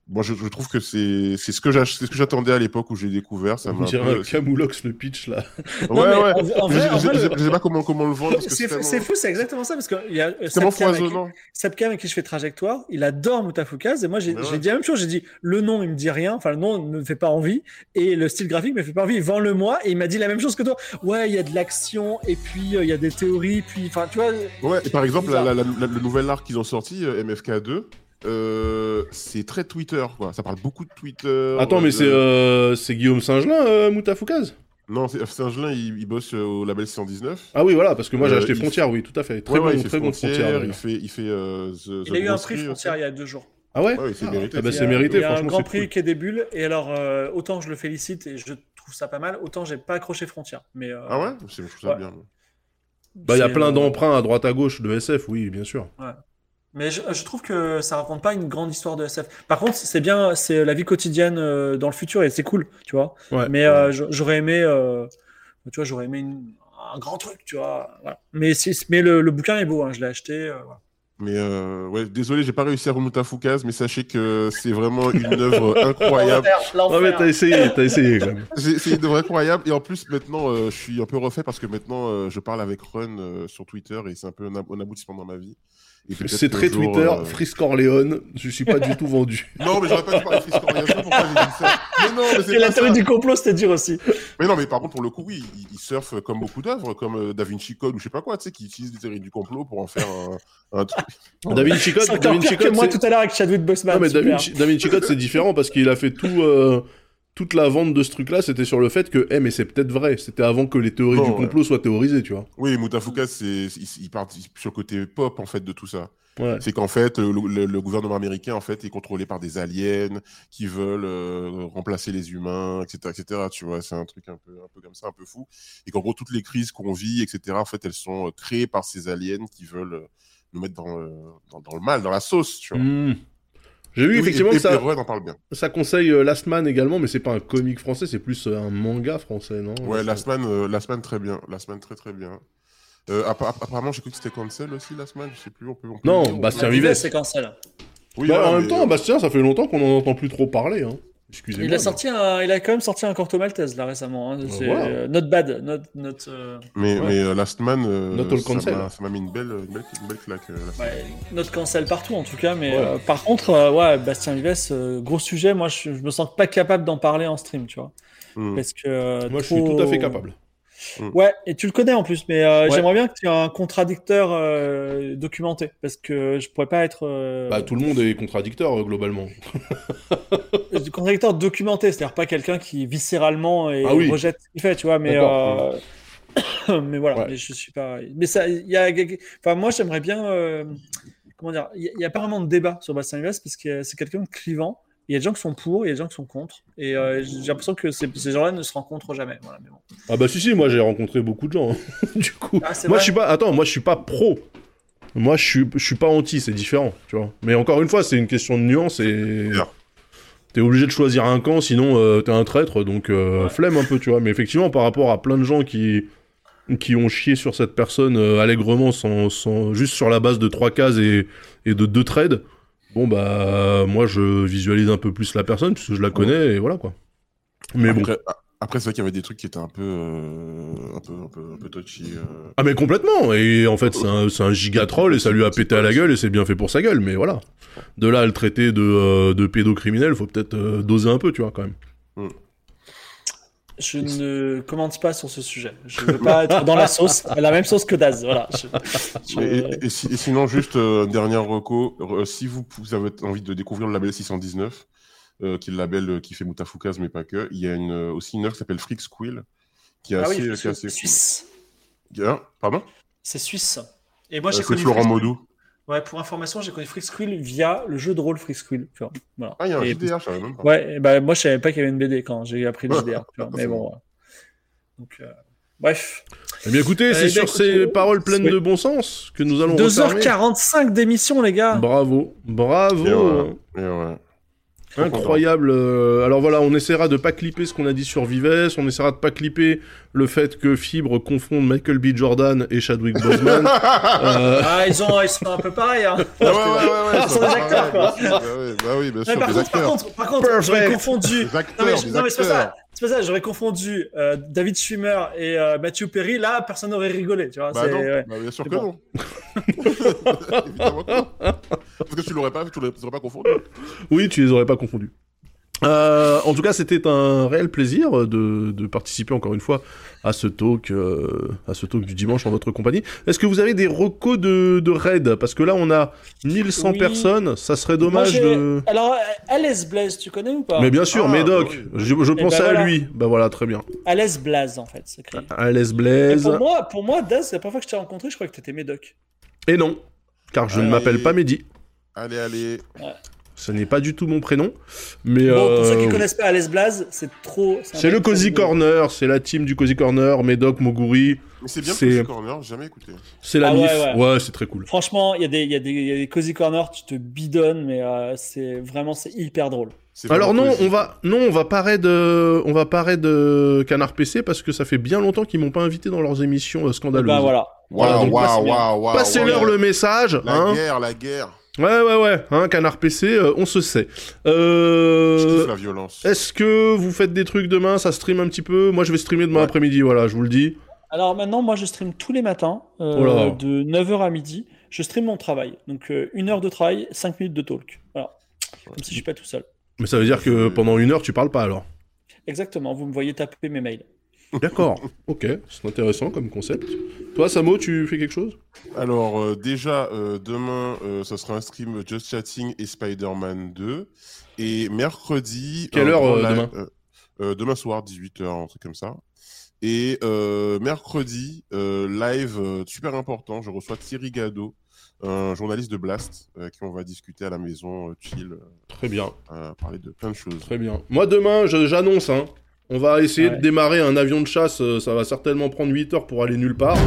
Speaker 3: Moi, je, je trouve que c'est c'est ce que j'ach- c'est ce que j'attendais à l'époque où j'ai découvert. Ça
Speaker 2: On
Speaker 3: m'a un
Speaker 2: dirait
Speaker 3: peu-
Speaker 2: un camoulox le pitch là.
Speaker 3: Ouais,
Speaker 1: Non, mais
Speaker 3: ouais.
Speaker 1: en- en
Speaker 3: Je-
Speaker 1: vrai- en
Speaker 3: je-
Speaker 1: vrai,
Speaker 3: je-
Speaker 1: le-
Speaker 3: je sais pas comment, comment le vendre. parce que
Speaker 1: C'est
Speaker 3: tellement-
Speaker 1: c'est fou, c'est exactement ça parce que il y a euh,
Speaker 3: C'est tellement
Speaker 1: Sapkam avec-
Speaker 3: foisonnant.
Speaker 1: Sapkam avec qui je fais trajectoire, il adore Mutafukaz et moi j'ai
Speaker 3: Mais ouais.
Speaker 1: j'ai dit la même chose, j'ai dit le nom il me dit rien, enfin le nom ne me fait pas envie et le style graphique me fait pas envie, vends-le moi et il m'a dit la même chose que toi. Ouais, il y a de l'action et puis euh, il y a des théories, puis enfin tu vois,
Speaker 3: Ouais, et par exemple,
Speaker 1: Bizarre.
Speaker 3: la- la- la- le nouvel arc qu'ils ont sorti, euh, MFK2, euh, c'est très Twitter, quoi. Ça parle beaucoup de Twitter.
Speaker 2: Attends, mais
Speaker 3: de-
Speaker 2: c'est euh, c'est Guillaume Saint-Gelin, euh, Moutafoukaz
Speaker 3: Non, c'est- Saint-Gelin, il, il bosse euh, au label 119.
Speaker 2: Ah oui, voilà, parce que moi j'ai
Speaker 3: Euh,
Speaker 2: acheté
Speaker 3: il-
Speaker 2: Frontière, oui, tout à fait. Très
Speaker 3: Ouais, ouais,
Speaker 2: bon,
Speaker 3: il fait
Speaker 2: très bon
Speaker 3: Frontières,
Speaker 2: Frontière.
Speaker 3: Il
Speaker 2: d'ailleurs.
Speaker 3: fait, il fait. euh, The-
Speaker 1: il a eu un
Speaker 3: The
Speaker 1: prix
Speaker 3: Grocery
Speaker 1: frontière
Speaker 3: aussi.
Speaker 1: il y a deux jours.
Speaker 2: Ah ouais,
Speaker 3: Ouais, c'est
Speaker 2: Ah,
Speaker 3: mérité.
Speaker 2: ah bah,
Speaker 1: Il y a-
Speaker 2: c'est mérité,
Speaker 1: il y a un
Speaker 2: franchement.
Speaker 1: grand
Speaker 2: c'est
Speaker 1: prix
Speaker 2: cool.
Speaker 1: qui est des bulles et alors euh, autant je le félicite et je trouve ça pas mal, autant j'ai pas accroché frontière. Mais euh,
Speaker 3: Ah ouais C'est- Je trouve ça
Speaker 1: Ouais.
Speaker 3: bien.
Speaker 2: Bah, il y a
Speaker 1: c'est,
Speaker 2: plein
Speaker 1: euh,
Speaker 2: d'emprunts à droite à gauche de SF, oui, bien sûr.
Speaker 1: Mais je, je trouve que ça raconte pas une grande histoire de SF. Par contre, c'est bien, c'est la vie quotidienne euh, dans le futur et c'est cool, tu vois.
Speaker 2: Ouais.
Speaker 1: Mais euh, j'a- j'aurais aimé, euh, tu vois, j'aurais aimé une- un grand truc, tu vois. Voilà. Mais, si- mais le, le bouquin est beau, hein, je l'ai acheté. euh, voilà.
Speaker 3: Mais euh, ouais, désolé, j'ai pas réussi à remonter à Foucaz, mais sachez que c'est vraiment une œuvre incroyable.
Speaker 2: Ah mais t'as essayé, t'as essayé quand même.
Speaker 3: J'ai- C'est une œuvre incroyable. Et en plus, maintenant, euh, je suis un peu refait parce que maintenant, euh, je parle avec Run euh, sur Twitter et c'est un peu un, ab- un aboutissement dans ma vie. Et peut-être
Speaker 2: C'est
Speaker 3: qu'un
Speaker 2: très
Speaker 3: jour,
Speaker 2: Twitter,
Speaker 3: euh,
Speaker 2: Frisk Orléans, je suis pas du tout vendu.
Speaker 3: Non, mais j'aurais pas dû parler de Chris Cornell, je sais pas pourquoi j'ai dit ça. Mais non, mais c'est
Speaker 1: Et la
Speaker 3: pas
Speaker 1: théorie
Speaker 3: ça.
Speaker 1: du complot, c'était dur aussi.
Speaker 3: Mais non, mais par contre, pour le coup, oui, il, il surfe comme beaucoup d'œuvres, comme euh, Da Vinci Code ou je sais pas quoi, tu sais, qui utilise des théories du complot pour en faire un, un truc.
Speaker 2: David Chicot,
Speaker 1: C'est encore pire que moi tout à l'heure avec Chadwick Boseman.
Speaker 2: Non, mais Da
Speaker 1: super.
Speaker 2: Vinci, Da Vinci Code, c'est différent parce qu'il a fait tout. euh, Toute la vente de ce truc-là, c'était sur le fait que, eh, mais c'est peut-être vrai. C'était avant que les théories
Speaker 3: Bon,
Speaker 2: du
Speaker 3: ouais.
Speaker 2: complot soient théorisées, tu vois.
Speaker 3: Oui, Moutafoukaz, c'est il, il part sur le côté pop en fait de tout ça.
Speaker 2: Ouais.
Speaker 3: C'est qu'en fait, le, le- le gouvernement américain en fait est contrôlé par des aliens qui veulent euh, remplacer les humains, etc., etc. Tu vois, c'est un truc un peu, un peu comme ça, un peu fou. Et qu'en gros, toutes les crises qu'on vit, etc. En fait, elles sont euh, créées par ces aliens qui veulent euh, nous mettre dans, le- dans, dans le mal, dans la sauce. Tu vois.
Speaker 2: Hmm. J'ai vu
Speaker 3: Oui,
Speaker 2: effectivement
Speaker 3: et,
Speaker 2: que ça,
Speaker 3: et Perron en parle bien.
Speaker 2: ça conseille euh, Last Man également, mais c'est pas un comic français, c'est plus euh, un manga français, non
Speaker 3: Ouais, la semaine, euh, la semaine très bien, la semaine très très bien. Euh, appa- apparemment, j'ai cru que c'était cancel aussi la semaine. Je sais plus. On peut, on peut
Speaker 2: Non,
Speaker 3: le dire, on
Speaker 2: bah,
Speaker 3: peut-
Speaker 2: c'est un
Speaker 1: Il
Speaker 2: Vives.
Speaker 1: a séquencé, là.
Speaker 3: Oui,
Speaker 2: Bah,
Speaker 3: voilà,
Speaker 2: en même
Speaker 3: mais- euh,
Speaker 2: temps, Bastien, ça fait longtemps qu'on n'en entend plus trop parler. Hein. Excusez-moi.
Speaker 1: Il a sorti un, il a quand même sorti un corto maltese là récemment. hein. C'est,
Speaker 2: wow.
Speaker 1: euh, not bad, not, not, euh,
Speaker 3: Mais,
Speaker 2: Ouais.
Speaker 3: mais euh, Last Man, euh,
Speaker 2: Not all
Speaker 3: ça
Speaker 2: cancel.
Speaker 3: m'a- ça m'a mis une belle, une belle, une belle claque. euh, Last Man.
Speaker 1: Ouais, notre cancel partout en tout cas, mais
Speaker 2: Ouais.
Speaker 1: euh, par contre, euh, ouais, Bastien Vives, euh, gros sujet. Moi, je, je me sens pas capable d'en parler en stream, tu vois,
Speaker 3: Mm.
Speaker 1: parce que euh,
Speaker 2: Hmm. Moi, je suis
Speaker 1: trop-
Speaker 2: tout à fait capable.
Speaker 1: Ouais, et tu le connais en plus, mais euh,
Speaker 2: Ouais.
Speaker 1: j'aimerais bien que tu aies un contradicteur euh, documenté, parce que je pourrais pas être euh,
Speaker 2: Bah, tout le monde est contradicteur, euh, globalement.
Speaker 1: euh, contradicteur documenté, c'est-à-dire pas quelqu'un qui viscéralement et
Speaker 2: Ah oui.
Speaker 1: rejette ce qu'il fait, tu vois, mais
Speaker 2: D'accord.
Speaker 1: euh, mais voilà,
Speaker 2: Ouais.
Speaker 1: mais je suis pas. Mais ça, il y a. Enfin, moi, j'aimerais bien. euh, Comment dire Il y a- il y, a pas vraiment de débat sur Bastien Glass parce que euh, c'est quelqu'un de clivant. Il y a des gens qui sont pour, il y a des gens qui sont contre. Et euh, j'ai l'impression que ces, ces gens-là ne se rencontrent jamais. Voilà, mais bon.
Speaker 2: Ah bah si si, moi j'ai rencontré beaucoup de gens. hein. du coup,
Speaker 1: Ah, c'est
Speaker 2: moi
Speaker 1: vrai
Speaker 2: je suis pas. Attends, moi je suis pas pro. Moi je suis, je suis pas anti, c'est différent, tu vois. Mais encore une fois, c'est une question de nuance et
Speaker 3: Alors.
Speaker 2: t'es obligé de choisir un camp, sinon euh, t'es un traître, donc euh,
Speaker 1: Ouais.
Speaker 2: flemme un peu, tu vois. Mais effectivement, par rapport à plein de gens qui qui ont chié sur cette personne euh, allègrement, sans, sans- juste sur la base de trois cases et, et de deux trades. Bon bah euh, moi je visualise un peu plus la personne puisque je la connais et voilà quoi. Mais bon.
Speaker 3: Après, a- après, c'est vrai qu'il y avait des trucs qui étaient un peu, euh, un peu, un peu, un peu touchy. euh.
Speaker 2: Ah mais complètement Et en fait c'est un, c'est un giga troll et ça lui a pété à la gueule et c'est bien fait pour sa gueule, mais voilà. De là à le traiter de, euh, de pédocriminel, faut peut-être euh, doser un peu, tu vois, quand même.
Speaker 1: Je ne commente pas sur ce sujet. Je ne veux pas être dans la sauce, la même sauce que Daz. Voilà. Je- je- euh,
Speaker 3: Et, et- et si- et sinon, juste euh, dernière reco, re- si vous, vous avez envie de découvrir le label 619, euh, qui est le label euh, qui fait Moutafoukaz, mais pas que, il y a une, euh, aussi une œuvre qui s'appelle Freak Squill, qui est
Speaker 1: Ah oui,
Speaker 3: assez,
Speaker 1: parce
Speaker 3: qui est
Speaker 1: que
Speaker 3: assez
Speaker 1: Suisse.
Speaker 3: cool. Hein Pardon
Speaker 1: C'est Suisse. Et moi,
Speaker 3: Euh,
Speaker 1: j'ai
Speaker 3: C'est
Speaker 1: connu.
Speaker 3: Florent
Speaker 1: Freak-
Speaker 3: Modou.
Speaker 1: Ouais, pour information, j'ai connu Freak Squill via le jeu de rôle Freak Squill. tu vois. Voilà.
Speaker 3: Ah, il y a un
Speaker 1: Et-
Speaker 3: JDR, je savais même pas.
Speaker 1: Ouais, et bah, moi je savais pas qu'il y avait une BD quand j'ai appris le JDR. tu vois, mais
Speaker 3: C'est
Speaker 1: bon. ouais. Donc, euh, bref.
Speaker 2: Eh bien écoutez, c'est
Speaker 1: Eh bien,
Speaker 2: sur
Speaker 1: écoutez,
Speaker 2: ces paroles pleines
Speaker 1: oui.
Speaker 2: de bon sens que nous allons refermer.
Speaker 1: 2h45 d'émission, les gars.
Speaker 2: Bravo, bravo
Speaker 3: Et voilà. Et ouais. Très content.
Speaker 2: Incroyable. euh, Alors voilà, on essaiera de pas clipper ce qu'on a dit sur Vives, on essaiera de pas clipper le fait que Fibre confonde Michael B. Jordan et Chadwick Boseman. Euh,
Speaker 1: Ah, ils, ont, ils sont un peu pareils. Hein.
Speaker 3: Ah ouais, ouais, ouais, ouais,
Speaker 1: Ah, ce sont des
Speaker 3: bah,
Speaker 1: acteurs,
Speaker 3: ouais,
Speaker 1: quoi.
Speaker 3: bien sûr, bah ouais, bah oui, bien
Speaker 1: Mais
Speaker 3: sûr,
Speaker 1: par,
Speaker 3: des
Speaker 1: contre, par
Speaker 3: acteurs.
Speaker 1: contre, par contre, j'aurais
Speaker 2: Perfect.
Speaker 1: confondu.
Speaker 3: Des
Speaker 1: Non, mais,
Speaker 3: acteurs,
Speaker 1: je-
Speaker 3: des
Speaker 1: non, mais c'est pas ça.
Speaker 3: acteurs.
Speaker 1: C'est pas ça, j'aurais confondu euh, David Schwimmer et euh, Mathieu Perry. Là, personne n'aurait rigolé. Tu vois,
Speaker 3: Bah
Speaker 1: Ah, c'est-
Speaker 3: non,
Speaker 1: ouais.
Speaker 3: bah bien sûr
Speaker 1: C'est
Speaker 3: que
Speaker 1: bon.
Speaker 3: non. Évidemment que non. Parce que tu l'aurais pas, tu l'aurais tu l'aurais pas confondu.
Speaker 2: Oui, tu les aurais pas confondus. Euh, en tout cas, c'était un réel plaisir de, de participer encore une fois à ce talk, euh, à ce talk du dimanche en votre compagnie. Est-ce que vous avez des recos de, de raid Parce que là, on a 1100
Speaker 1: Oui.
Speaker 2: personnes, ça serait
Speaker 1: Moi,
Speaker 2: dommage
Speaker 1: j'ai-
Speaker 2: de.
Speaker 1: Alors, Alès Blaze, tu connais ou pas
Speaker 2: Mais bien sûr,
Speaker 3: Ah,
Speaker 2: Médoc,
Speaker 3: bah oui.
Speaker 2: je, je
Speaker 1: Eh
Speaker 2: pensais
Speaker 1: ben
Speaker 2: à
Speaker 1: voilà.
Speaker 2: lui. Bah voilà, très bien.
Speaker 1: Alès Blaze, en fait, c'est écrit.
Speaker 2: Alès
Speaker 1: Et
Speaker 2: Blaise.
Speaker 1: pour moi, pour moi, Daz, la première fois que je t'ai rencontré, je crois que t'étais Médoc.
Speaker 2: Et non, car je ne
Speaker 1: Euh,
Speaker 3: Allez.
Speaker 2: m'appelle pas Mehdi.
Speaker 3: Allez, allez.
Speaker 2: Ce n'est pas du tout mon prénom. Mais
Speaker 1: Bon, pour ceux qui
Speaker 2: euh,
Speaker 1: connaissent pas Alès Blaze, c'est trop. un
Speaker 2: c'est le
Speaker 1: mec trop
Speaker 2: Cozy
Speaker 1: rigolo.
Speaker 2: Corner, c'est la team du Cozy Corner, Médoc, Moguri,
Speaker 3: Mais c'est bien
Speaker 2: C'est-
Speaker 3: que corner, j'ai jamais écouté.
Speaker 2: c'est la
Speaker 1: Ah ouais,
Speaker 2: MIF.
Speaker 1: ouais.
Speaker 2: ouais c'est très cool.
Speaker 1: Franchement, il y, a des- il y, a des- il y a des Cozy Corner, tu te bidonnes, mais euh, c'est vraiment c'est hyper drôle.
Speaker 3: C'est
Speaker 2: Alors
Speaker 3: vraiment
Speaker 2: non,
Speaker 3: poésie.
Speaker 2: on va non, on va pas raid, euh, on va pas raid, euh, Canard PC parce que ça fait bien longtemps qu'ils m'ont pas invité dans leurs émissions euh,
Speaker 1: Et
Speaker 2: scandaleuses.
Speaker 1: ben voilà.
Speaker 2: Voilà,
Speaker 3: Waouh,
Speaker 2: donc
Speaker 3: waouh,
Speaker 1: passez bien.
Speaker 3: waouh, waouh.
Speaker 2: Passez-leur
Speaker 3: waouh.
Speaker 2: le message,
Speaker 3: Ah, La
Speaker 2: hein.
Speaker 3: guerre, la guerre.
Speaker 2: Ouais ouais ouais, hein, Canard PC, euh, on se sait. Euh,
Speaker 3: Je kiffe la violence.
Speaker 2: Est-ce que vous faites des trucs demain Ça stream un petit peu Moi, je vais streamer demain
Speaker 3: Ouais.
Speaker 2: après-midi, voilà, je vous le dis.
Speaker 1: Alors maintenant, moi, je stream tous les matins, euh,
Speaker 2: Oh là.
Speaker 1: de 9h à midi. Je stream mon travail. Donc, euh, une heure de travail, 5 minutes de talk. Voilà. Comme si je suis pas tout seul.
Speaker 2: Mais ça veut dire que pendant une heure, tu parles pas alors.
Speaker 1: Exactement, vous me voyez taper mes mails.
Speaker 2: D'accord. ok, c'est intéressant comme concept. Toi, Samo, tu fais quelque chose
Speaker 3: Alors euh, déjà, euh, demain, euh, ce sera un stream Just Chatting et Spider-Man 2. Et mercredi...
Speaker 2: Quelle
Speaker 3: un
Speaker 2: heure,
Speaker 3: grand
Speaker 2: euh,
Speaker 3: live-
Speaker 2: demain
Speaker 3: euh, euh, Demain soir, 18h, un truc comme ça. Et euh, mercredi, euh, live euh, super important, je reçois Thierry Gadeau, un journaliste de Blast, euh, qui on va discuter à la maison, euh, chill,
Speaker 2: Très bien,
Speaker 3: euh, parler de plein de choses.
Speaker 2: Mmh. très bien. Moi, demain, je- j'annonce, hein. On va essayer
Speaker 1: Ouais.
Speaker 2: de démarrer un avion de chasse, euh, ça va certainement prendre 8 heures pour aller nulle part.